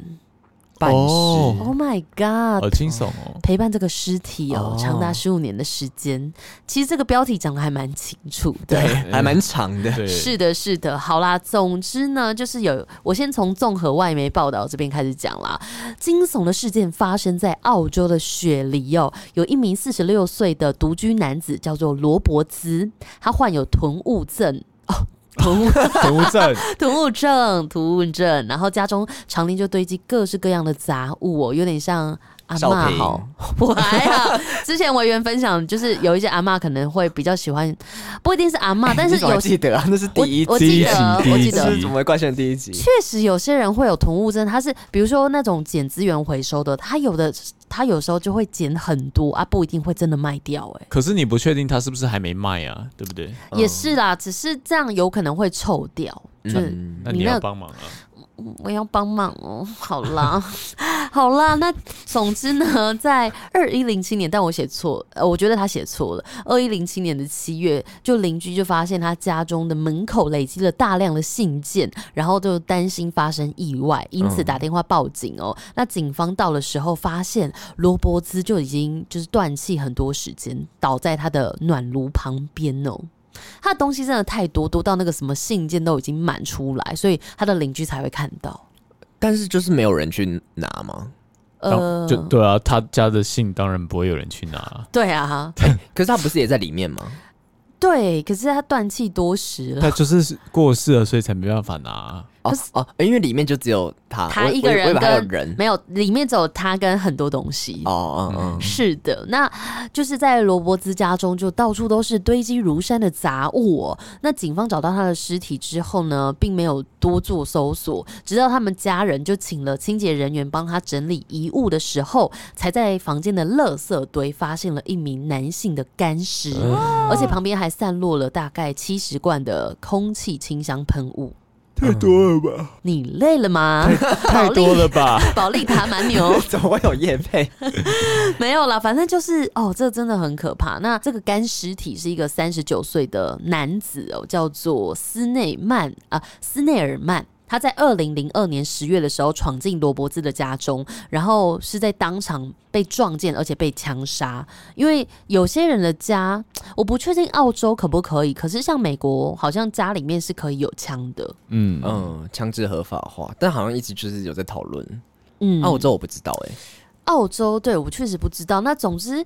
Speaker 3: 半尸、呃
Speaker 2: 哦
Speaker 1: Oh my god！
Speaker 2: 好惊悚哦！
Speaker 1: 陪伴这个尸体哦
Speaker 3: 哦，
Speaker 1: 长达十五年的时间。其实这个标题讲的还蛮清楚的。
Speaker 3: 对，嗯还蛮长的。
Speaker 2: 对，
Speaker 1: 是的，是的，好啦，总之呢，就是有我先从综合外媒报道这边开始讲啦。惊悚的事件发生在澳洲的雪梨哦，有一名四十六岁的独居男子叫做罗伯兹，他患有囤物症 哦，囤物
Speaker 2: 囤物症，
Speaker 1: 囤物症，囤物症，然后家中常年就堆积各式各样的杂物哦，有点像。阿
Speaker 3: 少
Speaker 1: 嬷
Speaker 3: 平
Speaker 1: 好， 我还好。之前委员分享，就是有一些阿嬷可能会比较喜欢，不一定是阿 嬷，但
Speaker 3: 你
Speaker 1: 是
Speaker 3: 怎么还
Speaker 1: 有
Speaker 3: 记得啊，那是第
Speaker 1: 我
Speaker 3: 一集，
Speaker 1: 我记
Speaker 2: 第
Speaker 1: 得
Speaker 2: 一，集
Speaker 1: 我
Speaker 2: 第
Speaker 1: 记
Speaker 2: 一集
Speaker 1: 得
Speaker 3: 这，是怎么会怪炫第一集？
Speaker 1: 确实有些人会有囤物症，他是比如说那种捡资源回收的，他有的他有时候就会捡很多啊，不一定会真的卖掉、欸，
Speaker 2: 可是你不确定他是不是还没卖啊，对不对？
Speaker 1: 也是啦，只是这样有可能会臭掉，就是、
Speaker 3: 嗯，
Speaker 2: 那
Speaker 1: 你
Speaker 2: 你
Speaker 1: 那
Speaker 2: 要
Speaker 1: 个
Speaker 2: 帮忙啊。
Speaker 1: 嗯我要帮忙哦。 好啦，好啦，那总之呢，在二一零七年，但我写错，呃，我觉得他写错了。二一零七年的七月，就邻居就发现他家中的门口累积了大量的信件，然后就担心发生意外，因此打电话报警哦。那警方到的时候，发现罗伯兹就已经就是断气很多时间，倒在他的暖炉旁边哦。他的东西真的太多，多到那个什么信件都已经满出来，所以他的邻居才会看到。
Speaker 3: 但是就是没有人去拿嘛。
Speaker 1: 呃
Speaker 2: 当就对啊，他家的信当然不会有人去 拿，
Speaker 1: 对啊，
Speaker 3: 可是他不是也在里面吗？
Speaker 1: 对，可是他断气多时了。
Speaker 2: 他就是过世了，所以才没办法拿。
Speaker 3: 哦
Speaker 1: 可是
Speaker 3: 哦，因为里面就只有他，
Speaker 1: 他
Speaker 3: 我
Speaker 1: 一个
Speaker 3: 我以为我以
Speaker 1: 人
Speaker 3: 为还有
Speaker 1: 跟嗯
Speaker 3: 人。
Speaker 1: 没有，里面只有他跟很多东西。
Speaker 3: 哦哦
Speaker 2: 嗯
Speaker 3: 哦，
Speaker 1: 是的，那就是在罗伯兹家中，就到处都是堆积如山的杂物、哦。那警方找到他的尸体之后呢，并没有多做搜索，直到他们家人就请了清洁人员帮他整理遗物的时候，才在房间的垃圾堆发现了一名男性的干尸，
Speaker 2: 嗯
Speaker 1: 而且旁边还散落了大概七十罐的空气清香喷雾。
Speaker 2: 太多 了吧？
Speaker 1: 你累了吗？
Speaker 2: 太多了吧？
Speaker 1: 保利达蛮牛。
Speaker 3: 哦怎么会有叶配？
Speaker 1: 没有啦，反正就是哦，这真的很可怕。那这个干尸体是一个三十九岁的男子哦，叫做斯内曼啊、斯内尔曼。他在二零零二年十月的时候闯进罗伯兹的家中，然后是在当场被撞见，而且被枪杀。因为有些人的家，我不确定澳洲可不可以，可是像美国好像家里面是可以有枪的。
Speaker 2: 嗯，
Speaker 3: 嗯，枪支合法化，但好像一直就是有在讨论。
Speaker 1: 嗯，
Speaker 3: 澳洲我不知道哎、
Speaker 1: 澳洲，对我确实不知道。那总之，为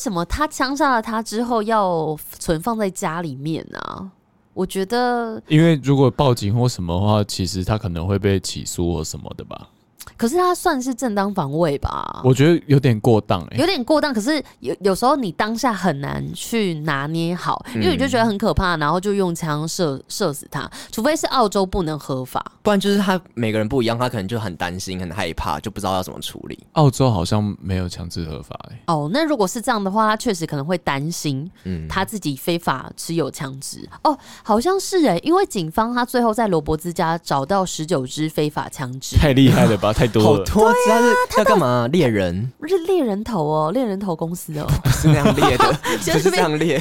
Speaker 1: 什么他枪杀了他之后要存放在家里面呢、我觉得，
Speaker 2: 因为如果报警或什么的话，其实他可能会被起诉或什么的吧。
Speaker 1: 可是他算是正当防卫吧？
Speaker 2: 我觉得有点过当哎、
Speaker 1: 有点过当，可是有有时候你当下很难去拿捏好，因为你就觉得很可怕，然后就用枪射射死他，除非是澳洲不能合法。
Speaker 3: 不然就是他每个人不一样，他可能就很担心、很害怕，就不知道要怎么处理。
Speaker 2: 澳洲好像没有强制合法哎、
Speaker 1: 哦，那如果是这样的话，他确实可能会担心
Speaker 3: 嗯，
Speaker 1: 他自己非法持有枪支。哦，好像是诶，因为警方他最后在罗伯兹家找到十九支非法枪 支，
Speaker 2: 太厉害了吧，太多
Speaker 3: 好
Speaker 2: 了。
Speaker 3: 多，
Speaker 1: 啊
Speaker 3: 他是要干嘛？猎人
Speaker 1: 是猎人头哦，猎人头公司哦。
Speaker 3: 不是那样猎 的，不是这样猎。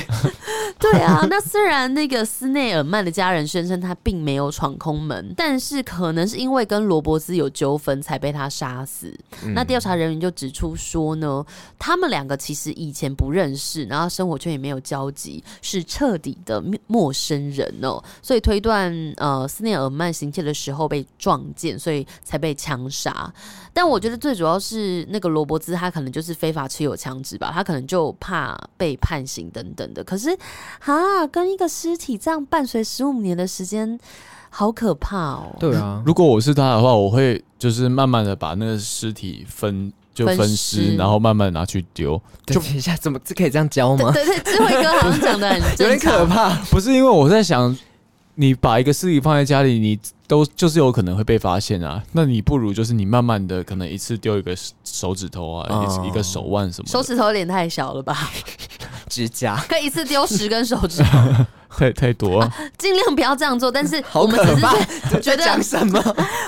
Speaker 1: 对啊，那虽然那个斯内尔曼的家人宣称他并没有闯空门，但是可能是因为跟罗伯兹有纠纷才被他杀死。
Speaker 3: 嗯
Speaker 1: 那调查人员就指出说呢，他们两个其实以前不认识，然后生活圈也没有交集，是彻底的陌陌生人哦。所以推断，呃，斯内尔曼行窃的时候被撞见，所以才被枪杀。但我觉得最主要是那个罗伯兹，他可能就是非法持有枪支吧，他可能就怕被判刑等等的。可是哈，跟一个尸体这样伴随十五年的时间，好可怕哦！
Speaker 3: 对啊，
Speaker 2: 如果我是他的话，我会就是慢慢的把那个尸体分就
Speaker 1: 分
Speaker 2: 分
Speaker 1: 尸
Speaker 2: 尸，然后慢慢拿去丢。
Speaker 3: 就等一下，怎么这可以这样教吗？
Speaker 1: 对对，智慧哥好像讲的很
Speaker 3: 有
Speaker 1: 正
Speaker 3: 点
Speaker 1: 常，
Speaker 3: 可怕。
Speaker 2: 不是因为我在想，你把一个尸体放在家里，你都就是有可能会被发现啊。那你不如就是你慢慢的，可能一次丢一个手手指头啊，
Speaker 3: 哦
Speaker 2: 一次一个手腕什么的，
Speaker 1: 手指头有点太小了 吧？
Speaker 3: 指甲
Speaker 1: 可以一次丢十根手指头，
Speaker 2: 太太多、啊。
Speaker 1: 尽量不要这样做。但是我
Speaker 3: 好
Speaker 1: 们只
Speaker 3: 可
Speaker 1: 是
Speaker 3: 怕
Speaker 1: 觉，
Speaker 3: 这
Speaker 1: 觉
Speaker 3: 在
Speaker 1: 得
Speaker 3: 讲什么？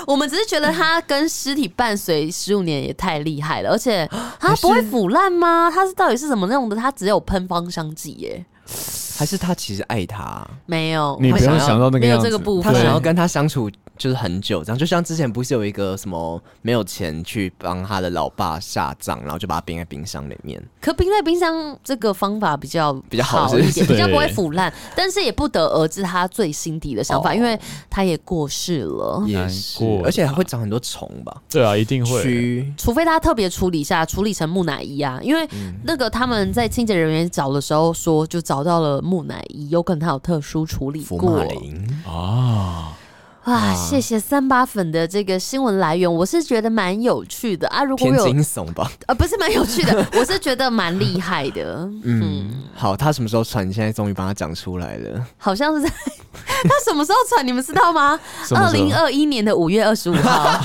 Speaker 1: 我们只是觉得他跟尸体伴随十五年也太厉害了，而且 他不会腐烂吗？他是到底是怎么弄的？他只有喷芳香剂耶，
Speaker 3: 还是他其实爱他，
Speaker 1: 没有，
Speaker 2: 你不
Speaker 3: 想
Speaker 2: 用
Speaker 3: 要
Speaker 2: 想到那个
Speaker 1: 没有
Speaker 2: 样
Speaker 1: 这个
Speaker 2: 子，
Speaker 1: 部
Speaker 3: 他
Speaker 1: 分
Speaker 2: 对
Speaker 3: 想要跟他相处就是很久，这样就像之前不是有一个什么没有钱去帮他的老爸下葬，然后就把他冰在冰箱里面。
Speaker 1: 可冰在冰箱这个方法比较
Speaker 3: 比较好
Speaker 1: 一
Speaker 3: 是
Speaker 1: 点，
Speaker 2: 不
Speaker 1: 比
Speaker 2: 是
Speaker 1: 较不会腐烂，但是也不得而知他最心底的想法，
Speaker 3: 哦
Speaker 1: 因为他也过世了。
Speaker 2: 难过
Speaker 3: 嗯而且还会长很多虫吧？
Speaker 2: 对啊，一定会。
Speaker 3: 蛆
Speaker 1: 除非他特别处理一下，处理成木乃伊啊，因为
Speaker 2: 嗯
Speaker 1: 那个他们在清洁人员找的时候说，就找到了木乃伊，有可能他有特殊处理
Speaker 3: 福
Speaker 1: 过
Speaker 3: 马。林
Speaker 2: 啊，
Speaker 1: 啊，谢谢三八粉的这个新闻来源，我是觉得蛮有趣的啊。如果
Speaker 3: 偏
Speaker 1: 有
Speaker 3: 惊悚吧？
Speaker 1: 呃，不是蛮有趣 的，我是觉得蛮厉害的。嗯，
Speaker 3: 嗯，好，他什么时候传？你现在终于帮他讲出来 了。
Speaker 1: 好像是在他什么时候传，你们知道吗？
Speaker 2: 什么
Speaker 1: 二
Speaker 2: 时候
Speaker 1: 零二一年的五月二十五号。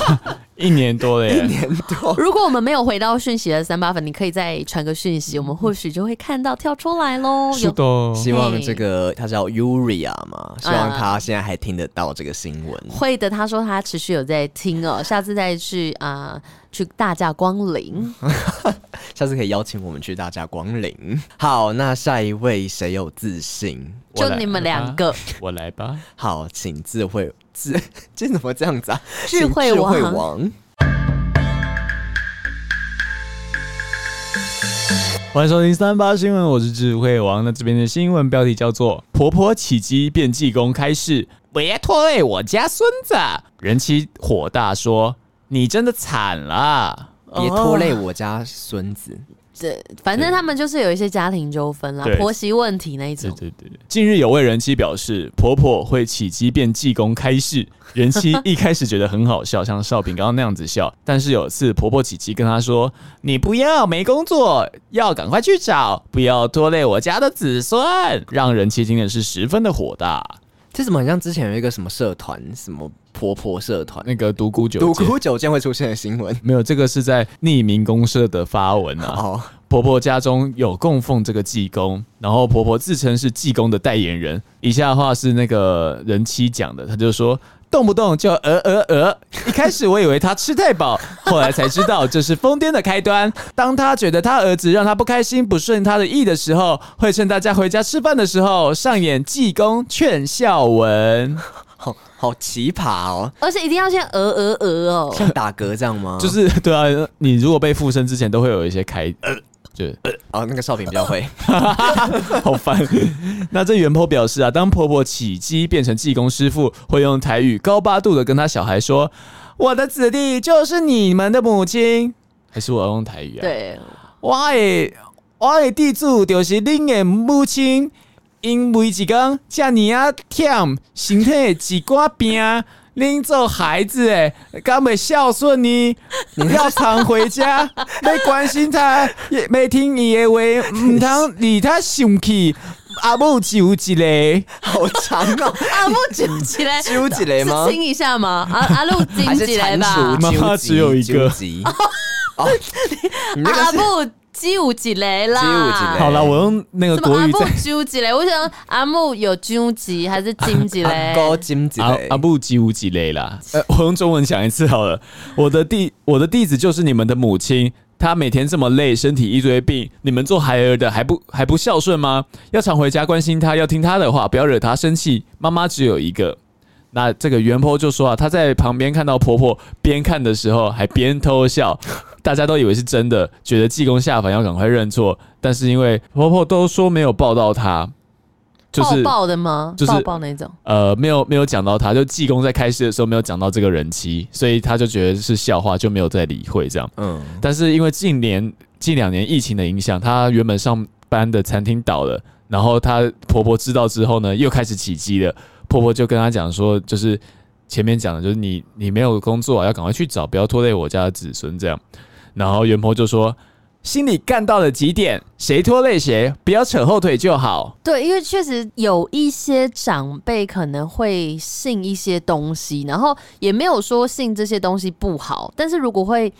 Speaker 2: 一年多了耶，
Speaker 3: 年多，
Speaker 1: 如果我们没有回到讯息的三八粉，你可以再传个讯息，我们或许就会看到跳出来喽。
Speaker 2: 是
Speaker 1: 有
Speaker 2: 的哦。
Speaker 3: 希望这个他叫 Uria 嘛，希
Speaker 1: 嗯
Speaker 3: 望他现在还听得到这个新闻。
Speaker 1: 会的，他说他持续有在听哦，下次再去啊、去大驾光临。
Speaker 3: 下次可以邀请我们去大家光临。好，那下一位谁有自信？
Speaker 1: 就
Speaker 2: 我来
Speaker 1: 你们两个，
Speaker 2: 我来吧。
Speaker 3: 好，请智慧智， 这怎么这样子啊？
Speaker 1: 智慧
Speaker 3: 请智
Speaker 1: 王
Speaker 3: 慧王，
Speaker 2: 欢迎收听三八新闻，我是智慧王。那这边的新闻标题叫做“婆婆起鸡变济公开示，别拖累哎我家孙子”。啊人妻火大说：“你真的惨了。”
Speaker 1: 哦
Speaker 3: 别拖累我家孙子。
Speaker 1: 对，反正他们就是有一些家庭纠纷啦，
Speaker 2: 对
Speaker 1: 婆媳问题那一
Speaker 2: 对
Speaker 1: 种。
Speaker 2: 对对。近日有位人妻表示，婆婆会起鸡变济公开示。人妻一开始觉得很好笑，像少平刚刚那样子笑，但是有次婆婆起鸡跟她说：“你不要没工作，要赶快去找，不要拖累我家的子孙。”让人妻听的是十分的火大。
Speaker 3: 这怎么很像之前有一个什么社团，什么婆婆社团，
Speaker 2: 那个独孤九
Speaker 3: 独
Speaker 2: 剑
Speaker 3: 孤九剑会出现的新闻。
Speaker 2: 没有，这个是在匿名公社的发文啊。
Speaker 3: 哦，
Speaker 2: 婆婆家中有供奉这个济公，然后婆婆自称是济公的代言人。以下的话是那个人妻讲的，她就说。动不动就呃呃呃，一开始我以为她吃 太饱，后来才知道这是疯癫的开端。当她觉得她儿子让她不开心、不顺她的意的时候，会趁大家回家吃饭的时候上演济公劝孝文。
Speaker 3: 好好奇葩哦，
Speaker 1: 而且一定要先鹅鹅鹅哦，
Speaker 3: 像打嗝这样吗？
Speaker 2: 就是 对啊，你如果被附身之前都会有一些开，就是
Speaker 3: 哦，那个少平比较 会，
Speaker 2: 好烦。 那这元坡表示啊，当婆婆起鸡变成济公师傅，会用台语高八度的跟他小孩说：“我的子弟就是你们的母亲。”还是我要用台语啊？，
Speaker 1: 对，
Speaker 2: 我的我的地主就是恁的母亲，因为一工遮尔啊忝，身体会一寡病，恁做孩子诶，敢袂孝顺呢？要常回家， 要关心他，也没听伊的话，毋通理他生气。阿母只有一
Speaker 1: 哎
Speaker 2: 个，
Speaker 3: 好长哦，
Speaker 1: 阿木揪起来，
Speaker 3: 揪起来吗
Speaker 1: 是亲一下吗？阿阿路
Speaker 3: 还
Speaker 1: 揪
Speaker 3: 是
Speaker 1: 起来
Speaker 3: 蟾
Speaker 1: 吧
Speaker 3: 蜍？
Speaker 2: 妈妈
Speaker 3: 纠集
Speaker 2: 只有一个
Speaker 3: 纠集 哦，你那
Speaker 1: 阿
Speaker 3: 个是
Speaker 1: 木揪起来啦，
Speaker 3: 揪一个
Speaker 2: 好了，我用那个
Speaker 1: 什么啊
Speaker 2: 国
Speaker 1: 阿
Speaker 2: 语
Speaker 1: 木
Speaker 2: 再
Speaker 1: 揪起来？我想阿木有揪起还是揪起来
Speaker 3: 阿？高金子
Speaker 2: 阿
Speaker 3: 嘞
Speaker 2: 阿布吉无吉雷啦，呃， 我用中文讲一次好了。我的弟，我的弟子就是你们的母亲，她每天这么累，身体一堆病，你们做孩儿的还不还不孝顺吗？要常回家关心她，要听她的话，不要惹她生气。妈妈只有一个。那这个袁坡就说啊，她在旁边看到婆婆边看的时候还边偷笑， 大家都以为是真的，觉得济公下凡要赶快认错，但是因为婆婆都说没有抱到她，就
Speaker 1: 抱
Speaker 2: 是
Speaker 1: 抱的吗？
Speaker 2: 就是
Speaker 1: 抱抱那种。
Speaker 2: 呃，没有没有讲到他，就济公在开始的时候没有讲到这个人妻，所以他就觉得是笑话，就没有再理会这样。
Speaker 3: 嗯，
Speaker 2: 但是因为近年近两年疫情的影响，她原本上班的餐厅倒了，然后她婆婆知道之后呢，又开始起鸡了。婆婆就跟她讲说，就是前面讲的，就是你你没有工作啊，要赶快去找，不要拖累我家的子孙这样。然后袁婆就说，心里干到了极点，谁拖累谁，不要扯后腿就好。
Speaker 1: 对，因为确实有一些长辈可能会信一些东西，然后也没有说信这些东西不好，但是如果会，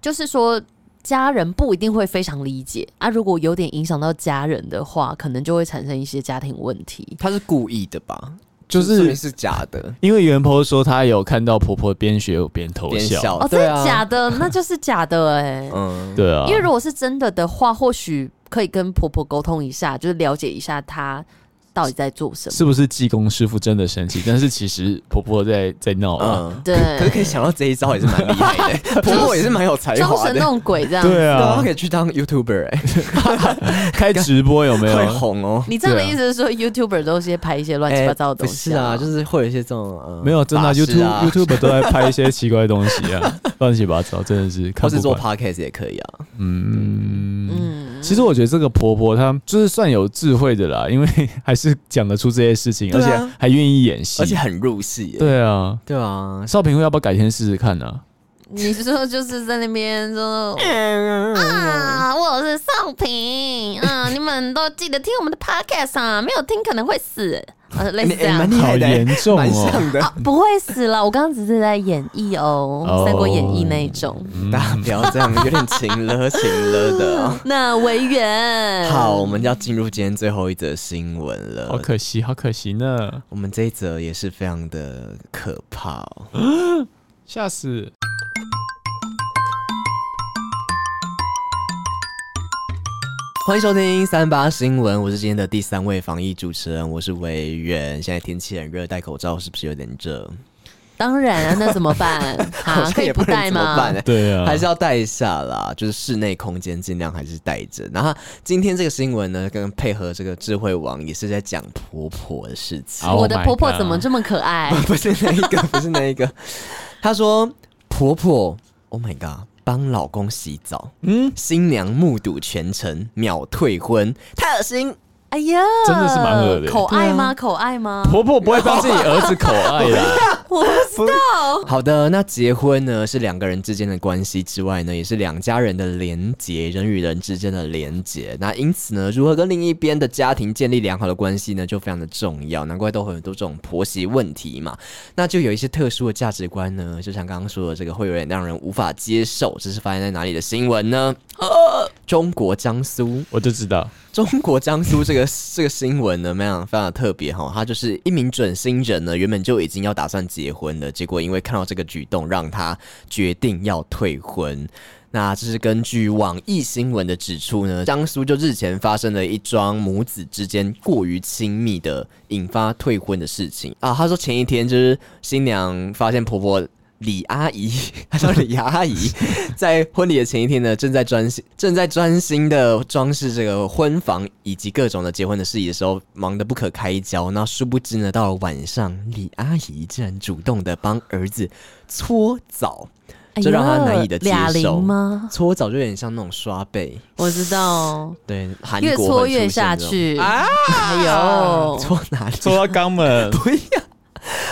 Speaker 1: 就是说家人不一定会非常理解啊，如果有点影响到家人的话，可能就会产生一些家庭问题。
Speaker 3: 他是故意的吧？
Speaker 2: 就是
Speaker 3: 说明是假的，
Speaker 2: 因为袁婆说她有看到婆婆边学边偷
Speaker 3: 边
Speaker 2: 笑，
Speaker 3: 笑
Speaker 1: 哦，真
Speaker 3: 对
Speaker 1: 的
Speaker 3: 啊，
Speaker 1: 假的？那就是假的 哎、
Speaker 3: 嗯，
Speaker 2: 对啊，
Speaker 1: 因为如果是真的的话，或许可以跟婆婆沟通一下，就是了解一下她到底在做什么。
Speaker 2: 是不是济公师傅真的生气？但是其实婆婆在在闹啊。
Speaker 3: 嗯，
Speaker 1: 对，
Speaker 3: 可是可以想到这一招也是蛮 厉害的，婆婆也是蛮有才
Speaker 1: 装
Speaker 3: 华
Speaker 1: 神
Speaker 3: 的。
Speaker 1: 弄鬼这样。
Speaker 2: 对
Speaker 3: 对啊，她
Speaker 2: 啊
Speaker 3: 可，以去当 YouTuber 哎、
Speaker 2: 开直播有没
Speaker 3: 会
Speaker 2: 有？
Speaker 3: 红哦。
Speaker 1: 你这样的
Speaker 2: 对啊
Speaker 1: 意思是说，YouTuber 都先拍一些乱七八糟的东
Speaker 3: 哎不
Speaker 1: 西、
Speaker 3: 是啊，就是会有一些这种呃，
Speaker 2: 没有，真的啊
Speaker 3: 法师
Speaker 2: YouTube
Speaker 3: 啊
Speaker 2: YouTube 都在拍一些奇怪的东西啊， 乱七八糟，真的是
Speaker 3: 或
Speaker 2: 看
Speaker 3: 是
Speaker 2: 不
Speaker 3: 做
Speaker 2: 惯。
Speaker 3: podcast 也可以啊。
Speaker 2: 嗯，
Speaker 1: 嗯，
Speaker 2: 其实我觉得这个婆婆她就是算有智慧的啦，因为还是讲得出这些事情，而
Speaker 3: 对啊
Speaker 2: 且还愿意演戏
Speaker 3: 而。且很入戏耶。
Speaker 2: 对啊，
Speaker 3: 对啊，
Speaker 2: 少平会要不要改天试试看呢？
Speaker 1: 你是说就是在那边 说啊，我是少平啊，你们都记得听我们的 podcast 啊，没有听可能会死，啊，类似
Speaker 3: 你
Speaker 1: 这
Speaker 3: 哎
Speaker 1: 样
Speaker 3: 蛮。厉害的
Speaker 2: 好
Speaker 3: 耶，
Speaker 2: 严重哦
Speaker 3: 蛮像的。
Speaker 1: 啊，不会死了！我刚刚只是在演绎哦，
Speaker 2: 哦
Speaker 1: 三国演义》那一种。
Speaker 2: 嗯
Speaker 3: 大家不要这样，有点情了情了的哦。
Speaker 1: 那维园
Speaker 3: 好，我们要进入今天最后一则新闻
Speaker 2: 好
Speaker 3: 了。
Speaker 2: 可惜，好可惜呢，
Speaker 3: 我们这一则也是非常的可怕哦。
Speaker 2: 吓死！
Speaker 3: 欢迎收听三八新闻，我是今天的第三位防疫主持人，我是维远。现在天气很热，戴口罩是不是有点热？
Speaker 1: 当然啊，那怎么 办？
Speaker 3: 好
Speaker 1: 啊，
Speaker 3: 像
Speaker 1: 可以
Speaker 3: 也
Speaker 1: 不
Speaker 3: 能
Speaker 1: 戴
Speaker 3: 怎么
Speaker 1: 吗
Speaker 3: 办？呢欸
Speaker 2: 对 啊，
Speaker 3: 还是要带一下啦，就是室内空间尽量还是带着。然后今天这个新闻呢，跟配合这个智慧王也是在讲婆婆的事情，
Speaker 2: Oh
Speaker 1: 我的
Speaker 2: my
Speaker 1: 婆婆
Speaker 2: God
Speaker 1: 怎么这么可爱？
Speaker 3: 不是那一个，不是那一个。她说婆婆，Oh my god，帮老公洗澡，
Speaker 2: 嗯，
Speaker 3: 新娘目睹全程，秒退婚，太恶心。
Speaker 1: 哎呀，
Speaker 2: 真的是蛮恶的
Speaker 1: 口爱
Speaker 3: 啊
Speaker 1: 吗？口爱吗？
Speaker 2: 婆婆不会帮自己儿子口 爱啦，
Speaker 1: 我不知道。
Speaker 3: 好的，那结婚呢是两个人之间的关系之外呢，也是两家人的连结，人与人之间的连结。那因此呢，如何跟另一边的家庭建立良好的关系呢，就非常的重要。难怪都会有很多这种婆媳问题嘛。那就有一些特殊的价值观呢，就像刚刚说的，这个会有点让人无法接受。这是发生在哪里的新闻呢？中国江苏，
Speaker 2: 我就知道。
Speaker 3: 中国江苏这个这个新闻呢，非常非常的特别哈，他就是一名准新人呢，原本就已经要打算结婚了，结果因为看到这个举动，让他决定要退婚。那这是根据网易新闻的指出呢，江苏就日前发生了一桩母子之间过于亲密的引发退婚的事情啊。他说前一天就是新娘发现婆婆。李阿姨， 她叫李阿姨，在婚礼的前一天呢，正在专心正在专心的装饰这个婚房以及各种的结婚的事宜的时候，忙得不可开交。那殊不知呢，到了晚上，李阿姨竟然主动的帮儿子搓澡，这让他难以的接
Speaker 1: 哎呀俩
Speaker 3: 受
Speaker 1: 零。吗？
Speaker 3: 搓澡就有点像那种刷背，
Speaker 1: 我知道，
Speaker 3: 对，韩国
Speaker 1: 越搓
Speaker 3: 会出
Speaker 1: 越
Speaker 3: 现
Speaker 1: 下
Speaker 3: 这种，
Speaker 1: 去啊！哎呦，
Speaker 3: 搓哪里？
Speaker 2: 戳到肛门，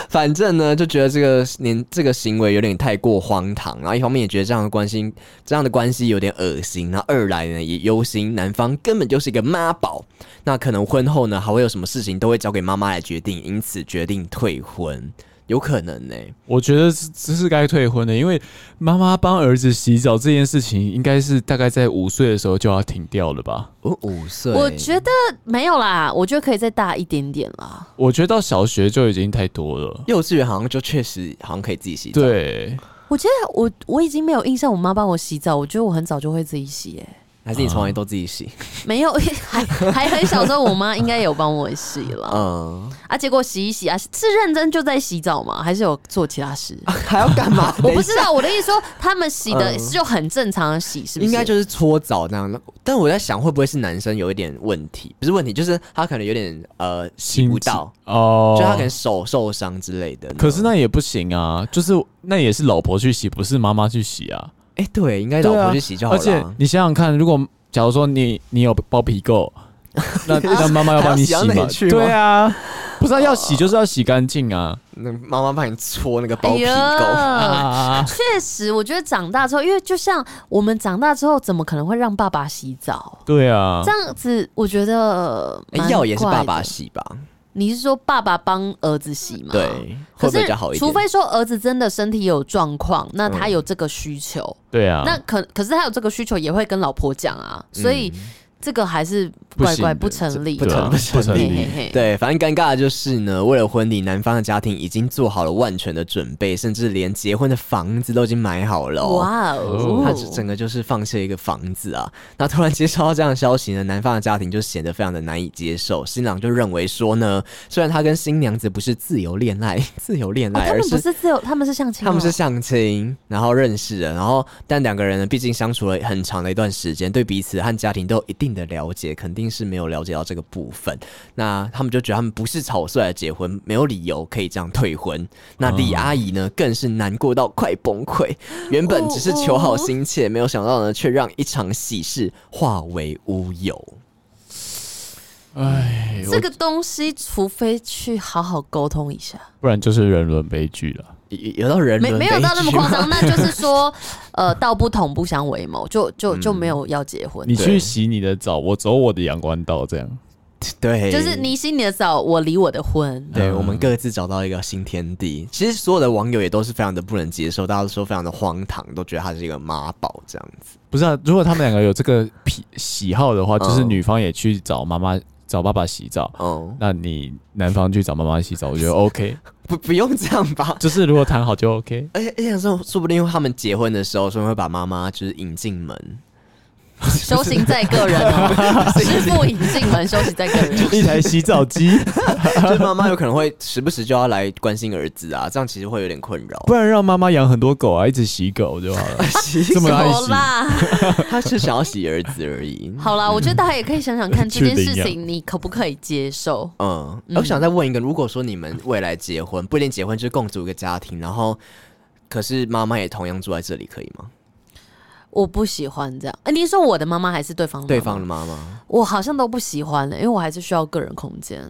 Speaker 3: 反正呢，就觉得这个年这个行为有点太过荒唐，然后一方面也觉得这样的关系这样的关系有点恶心，然后二来呢也忧心男方根本就是一个妈宝，那可能婚后呢还会有什么事情都会交给妈妈来决定，因此决定退婚，有可能呢、
Speaker 2: 我觉得是这是该退婚的，因为妈妈帮儿子洗澡这件事情，应该是大概在五岁的时候就要停掉了吧？
Speaker 3: 我五岁，
Speaker 1: 我觉得没有啦，我觉得可以再大一点点啦。
Speaker 2: 我觉得到小学就已经太多了。
Speaker 3: 幼稚园好像就确实好像可以自己洗澡，
Speaker 2: 对，
Speaker 1: 我觉得我我已经没有印象，我妈帮我洗澡，我觉得我很早就会自己洗、耶。
Speaker 3: 还是你从来都自己洗？
Speaker 1: 没有， 还还很小时候，我妈应该有帮我洗了
Speaker 3: 嗯，
Speaker 1: 啊。结果洗一洗啊，是认真就在洗澡吗？还是有做其他事？
Speaker 3: 还要干嘛？
Speaker 1: 我
Speaker 3: 等一
Speaker 1: 不
Speaker 3: 下
Speaker 1: 知道，我的意思说他们洗的
Speaker 3: 啊嗯
Speaker 1: 就很正常的洗，是不是？
Speaker 3: 应该就是搓澡那样。但我在想，会不会是男生有一点问题？不是问题，就是他可能有点呃洗不到，
Speaker 2: 哦
Speaker 3: 就，他可能手受伤之类的。
Speaker 2: 可是，
Speaker 1: 哦
Speaker 2: 那也不行啊，就是那也是老婆去洗，不是妈妈去洗啊。
Speaker 3: 哎、对，应该老
Speaker 2: 对啊
Speaker 3: 婆去洗就好
Speaker 2: 而
Speaker 3: 了
Speaker 2: 且
Speaker 3: 啊。
Speaker 2: 你想想看，如果假如说你你有包 皮垢，那那妈妈要帮你洗
Speaker 3: 还要洗到哪
Speaker 2: 吗
Speaker 3: 里？去吗
Speaker 2: 对 啊，不是、啊、要洗就是要洗干净啊。
Speaker 3: 那妈妈帮你搓那个包
Speaker 1: 哎
Speaker 3: 皮
Speaker 1: 呀
Speaker 3: 垢，
Speaker 2: 啊，
Speaker 1: 确实，我觉得长大之后，因为就像我们长大之后，怎么可能会让爸爸洗澡？
Speaker 2: 对啊
Speaker 1: 这，样子，我觉得
Speaker 3: 嗯哎
Speaker 1: 蛮
Speaker 3: 药、也是爸
Speaker 1: 怪
Speaker 3: 爸
Speaker 1: 的。
Speaker 3: 洗吧？
Speaker 1: 你是说爸爸帮儿子洗吗？
Speaker 3: 对，
Speaker 1: 可
Speaker 3: 会不会
Speaker 1: 是
Speaker 3: 比较好一点？嗯
Speaker 1: 除非说儿子真的身体有状况，那他有这个需求，
Speaker 2: 对啊，
Speaker 1: 那可可是他有这个需求也会跟老婆讲啊，
Speaker 3: 嗯
Speaker 1: 所以这个还是
Speaker 2: 不
Speaker 1: 怪
Speaker 2: 行
Speaker 1: 怪
Speaker 2: 的
Speaker 1: 不成立
Speaker 2: 不
Speaker 1: 的。
Speaker 2: 成
Speaker 3: 啊不
Speaker 2: 不成
Speaker 1: 嘿
Speaker 2: 立
Speaker 1: 嘿。嘿，
Speaker 3: 对，反正尴尬的就是呢，为了婚礼，男方的家庭已经做好了万全的准备，甚至连结婚的房子都已经买好了、哦。
Speaker 1: 哇哦，
Speaker 3: 他整个就是放弃了一个房子啊。那突然接收到这样的消息呢，男方的家庭就显得非常的难以接受。新郎就认为说呢，虽然他跟新娘子不是自由恋爱，自由恋
Speaker 1: 哦
Speaker 3: 爱，
Speaker 1: 他
Speaker 3: 而
Speaker 1: 们不
Speaker 3: 是。
Speaker 1: 是自由，他们是相亲哦，
Speaker 3: 他们是相亲，然后认识的，然后但两个人呢，毕竟相处了很长的一段时间，对彼此和家庭都有一定的了解，肯定是没有了解到这个部分。那他们就觉得他们不是草率的结婚，没有理由可以这样退婚。那李阿姨呢，更是难过到快崩溃。原本只是求好心切，没有想到呢，却让一场喜事化为乌有。
Speaker 2: 哎，
Speaker 1: 这
Speaker 2: 我
Speaker 1: 个东西，除非去好好沟通一下，
Speaker 2: 不然就是人伦悲剧了。
Speaker 3: 有有到人
Speaker 1: 没
Speaker 3: 伦
Speaker 1: 没有
Speaker 3: 悲
Speaker 1: 到那么
Speaker 3: 剧
Speaker 1: 夸
Speaker 3: 吗
Speaker 1: 张，那 就是说，呃，道不同不相为谋，就就就没
Speaker 3: 嗯
Speaker 1: 有要结婚。
Speaker 2: 你
Speaker 1: 对
Speaker 2: 去洗你的澡，我走我的阳关道，这样。
Speaker 3: 对，
Speaker 1: 就是你洗你的澡，我离我的 婚。
Speaker 3: 对
Speaker 2: 嗯
Speaker 3: 我们各自找到一个新天地。其实所有的网友也都是非常的不能接受，大家都说非常的荒唐，都觉得他是一个妈宝这样子。
Speaker 2: 不是啊，如果他们两个有这个癖喜好的话，就是
Speaker 3: 嗯
Speaker 2: 女方也去找妈妈、找爸爸洗澡，
Speaker 3: 哦，
Speaker 2: 那你男方去找妈妈洗澡，我觉得 OK。
Speaker 3: 不不用这样吧。
Speaker 2: 就是如果谈好就 OK。
Speaker 3: 而且而且说，说不定他们结婚的时候，说不定会把妈妈就是引进门，
Speaker 1: 修行在个人 哦，师傅引进门，修行在个人。
Speaker 2: 一台洗澡机，
Speaker 3: 就是妈妈有可能会时不时就要来关心儿子啊，这样其实会有点困扰。
Speaker 2: 不然让妈妈养很多狗啊，一直洗狗就好 了。这么爱
Speaker 1: 好
Speaker 2: 洗，
Speaker 1: 啦，
Speaker 3: 他是想要洗儿子而已。
Speaker 1: 好啦，我觉得大家也可以想想 看这
Speaker 2: 去
Speaker 1: 件
Speaker 2: 领
Speaker 1: 事
Speaker 2: 养
Speaker 1: 情，你可不可以接受？
Speaker 3: 嗯，我想再问一个，如果说你们未来结婚，不一定结婚，就是共组一个家庭，然后可是妈妈也同样住在这里，可以吗？
Speaker 1: 我不喜欢这样。哎，你是说我的妈妈还是对方的妈妈？
Speaker 3: 对方的妈妈。
Speaker 1: 我好像都不喜欢了，因为我还是需要个人空间。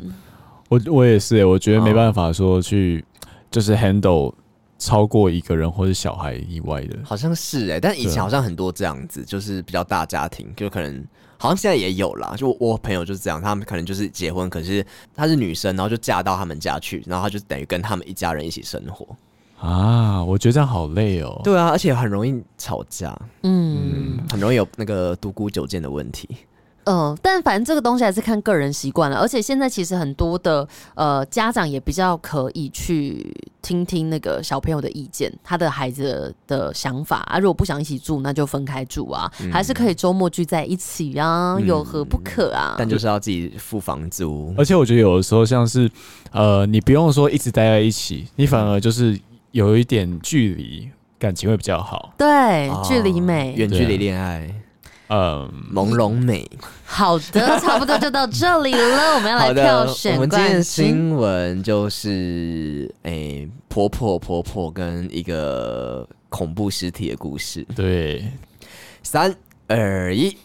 Speaker 2: 我我也是、欸，我觉得没办法说去就是 handle 超过一个人或者小孩以外的。
Speaker 3: 好像是哎、但以前好像很多这样子，就是比较大家庭，就可能好像现在也有啦。就我我朋友就是这样，他们可能就是结婚，可是她是女生，然后就嫁到他们家去，然后她就等于跟他们一家人一起生活。
Speaker 2: 啊，我觉得这样好累哦。
Speaker 3: 对啊，而且很容易吵架，
Speaker 1: 嗯，
Speaker 3: 很容易有那个独孤九剑的问题。
Speaker 1: 嗯，但反正这个东西还是看个人习惯了，而且现在其实很多的呃家长也比较可以去听听那个小朋友的意见，他的孩子的想法啊。如果不想一起住，那就分开住啊，
Speaker 3: 嗯
Speaker 1: 还是可以周末聚在一起啊，有何不可啊？
Speaker 3: 但就是要自己付房租。
Speaker 2: 而且我觉得有的时候像是，呃，你不用说一直待在一起，你反而就是有一点距离，感情会比较好。
Speaker 1: 对，
Speaker 3: 哦
Speaker 1: 距离美。
Speaker 3: 远距离恋爱，
Speaker 2: 嗯，
Speaker 3: 朦胧美。
Speaker 1: 好的，差不多就到这里了，我们要来
Speaker 3: 好
Speaker 1: 票
Speaker 3: 的，
Speaker 1: 选
Speaker 3: 我们今天
Speaker 1: 冠
Speaker 3: 的
Speaker 1: 军。
Speaker 3: 新闻就是，诶、婆婆婆婆跟一个恐怖尸体的故事。
Speaker 2: 对，
Speaker 3: 三二一，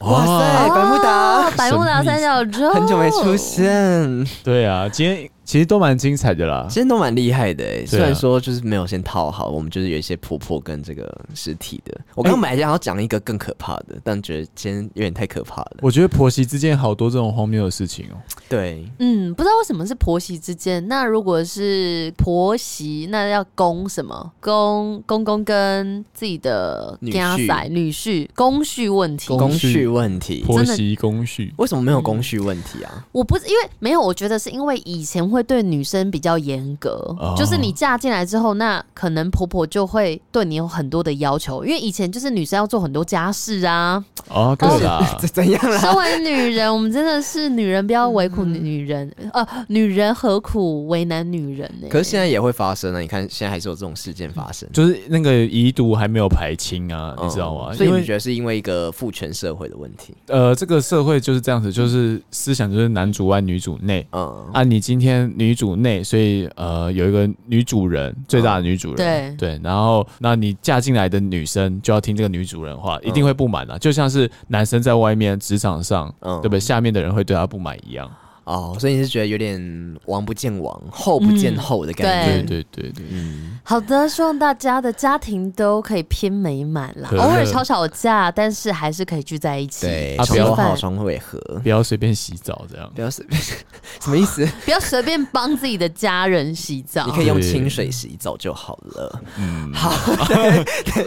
Speaker 3: 哇
Speaker 2: 哇
Speaker 3: 塞，百慕达
Speaker 1: 哦，百慕达三角洲，
Speaker 3: 很久没出现，
Speaker 2: 对啊，今天其实都蛮精彩的啦
Speaker 3: 其。实都蛮厉害的、诶虽然
Speaker 2: 对啊
Speaker 3: 说就是没有先套好，我们就是有一些婆婆跟这个尸体的。我刚刚本来想要讲一个更可怕的，但觉得今天有点太可怕了。
Speaker 2: 我觉得婆媳之间好多这种荒谬的事情哦、
Speaker 3: 对，
Speaker 1: 嗯，不知道为什么是婆媳之间。那如果是婆媳，那要公什么？公公公跟自己的
Speaker 3: 女
Speaker 1: 家
Speaker 3: 婿
Speaker 1: 仔女婿公序问题。
Speaker 3: 工
Speaker 2: 公序
Speaker 3: 序问题，
Speaker 2: 婆媳公序，
Speaker 3: 为什么没有工序问题啊？
Speaker 1: 我不是因为没有，我觉得是因为以前会对女生比较严格，
Speaker 2: 哦
Speaker 1: 就是你嫁进来之后，那可能婆婆就会对你有很多的要求，因为以前就是女生要做很多家事 啊。
Speaker 2: 哦，对啦，
Speaker 3: 这怎样啊啦？
Speaker 1: 身为女人，我们真的是女人不
Speaker 3: 嗯
Speaker 1: 要为苦女人，呃，女人何苦为难女人呢、
Speaker 3: 可是现在也会发生啊！你看，现在还是有这种事件发生，
Speaker 2: 嗯就是那个遗毒还没有排清啊，
Speaker 3: 嗯
Speaker 2: 你知道吗？
Speaker 3: 所以
Speaker 2: 因
Speaker 3: 你
Speaker 2: 为
Speaker 3: 觉得是因为一个父权社会的问题？
Speaker 2: 呃，这个社会就是这样子，就是思想就是男主外女主内。
Speaker 3: 嗯，
Speaker 2: 啊，你今天女主内，所以呃有一个女主人，最大的女主人，
Speaker 1: 对
Speaker 2: 对，然后那你嫁进来的女生就要听这个女主人话，一定会不满啊，就像是男生在外面职场上，
Speaker 3: 嗯
Speaker 2: 对不对？下面的人会对他不满一样，
Speaker 3: 哦，所以你是觉得有点王不见王，后不见后的感觉？
Speaker 2: 对对对对，
Speaker 3: 嗯，
Speaker 1: 好的，希望大家的家庭都可以偏美满啦，
Speaker 2: 对
Speaker 1: 偶尔吵吵架，但是还是可以聚在一起。
Speaker 3: 对，
Speaker 2: 啊
Speaker 3: 床
Speaker 2: 不要
Speaker 3: 头好，
Speaker 1: 饭
Speaker 3: 床尾和，
Speaker 2: 不要随便洗澡这样。
Speaker 3: 不要是 什么意 思？
Speaker 2: 啊
Speaker 1: 不要随便帮自己的家人洗澡
Speaker 3: 你。可以用清水洗澡就好了。
Speaker 2: 嗯，好，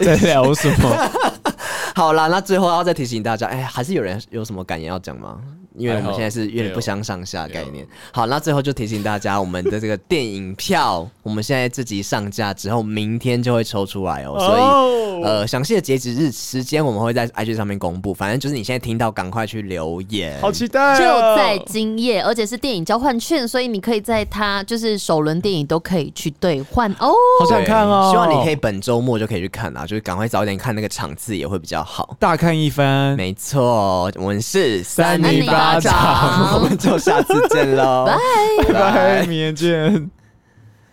Speaker 2: 在聊什么？
Speaker 3: 好啦，那最后要再提醒大家，哎，还是有人有什么感言要讲吗？因为我们现在是有点不相上下的
Speaker 2: 哎
Speaker 3: 概念。好，那最后就提醒大家，我们的这个电影票，我们现在这集上架之后，明天就会抽出来哦，所以。呃，详细的截止日时间我们会在 IG 上面公布，反正就是你现在听到，赶快去留言。
Speaker 2: 好期待
Speaker 1: 就
Speaker 2: 哦
Speaker 1: 在今夜，而且是电影交换券，所以你可以在它就是首轮电影都可以去兑换哦。
Speaker 2: 好
Speaker 3: 对
Speaker 2: 想看哦，
Speaker 3: 希望你可以本周末就可以去看啦，啊就是赶快早点看那个场次也会比较好。
Speaker 2: 大看一番。
Speaker 3: 没错，我们是
Speaker 2: 三
Speaker 1: 尼巴掌
Speaker 3: 我们就下次见喽，拜
Speaker 2: 拜拜，明天见。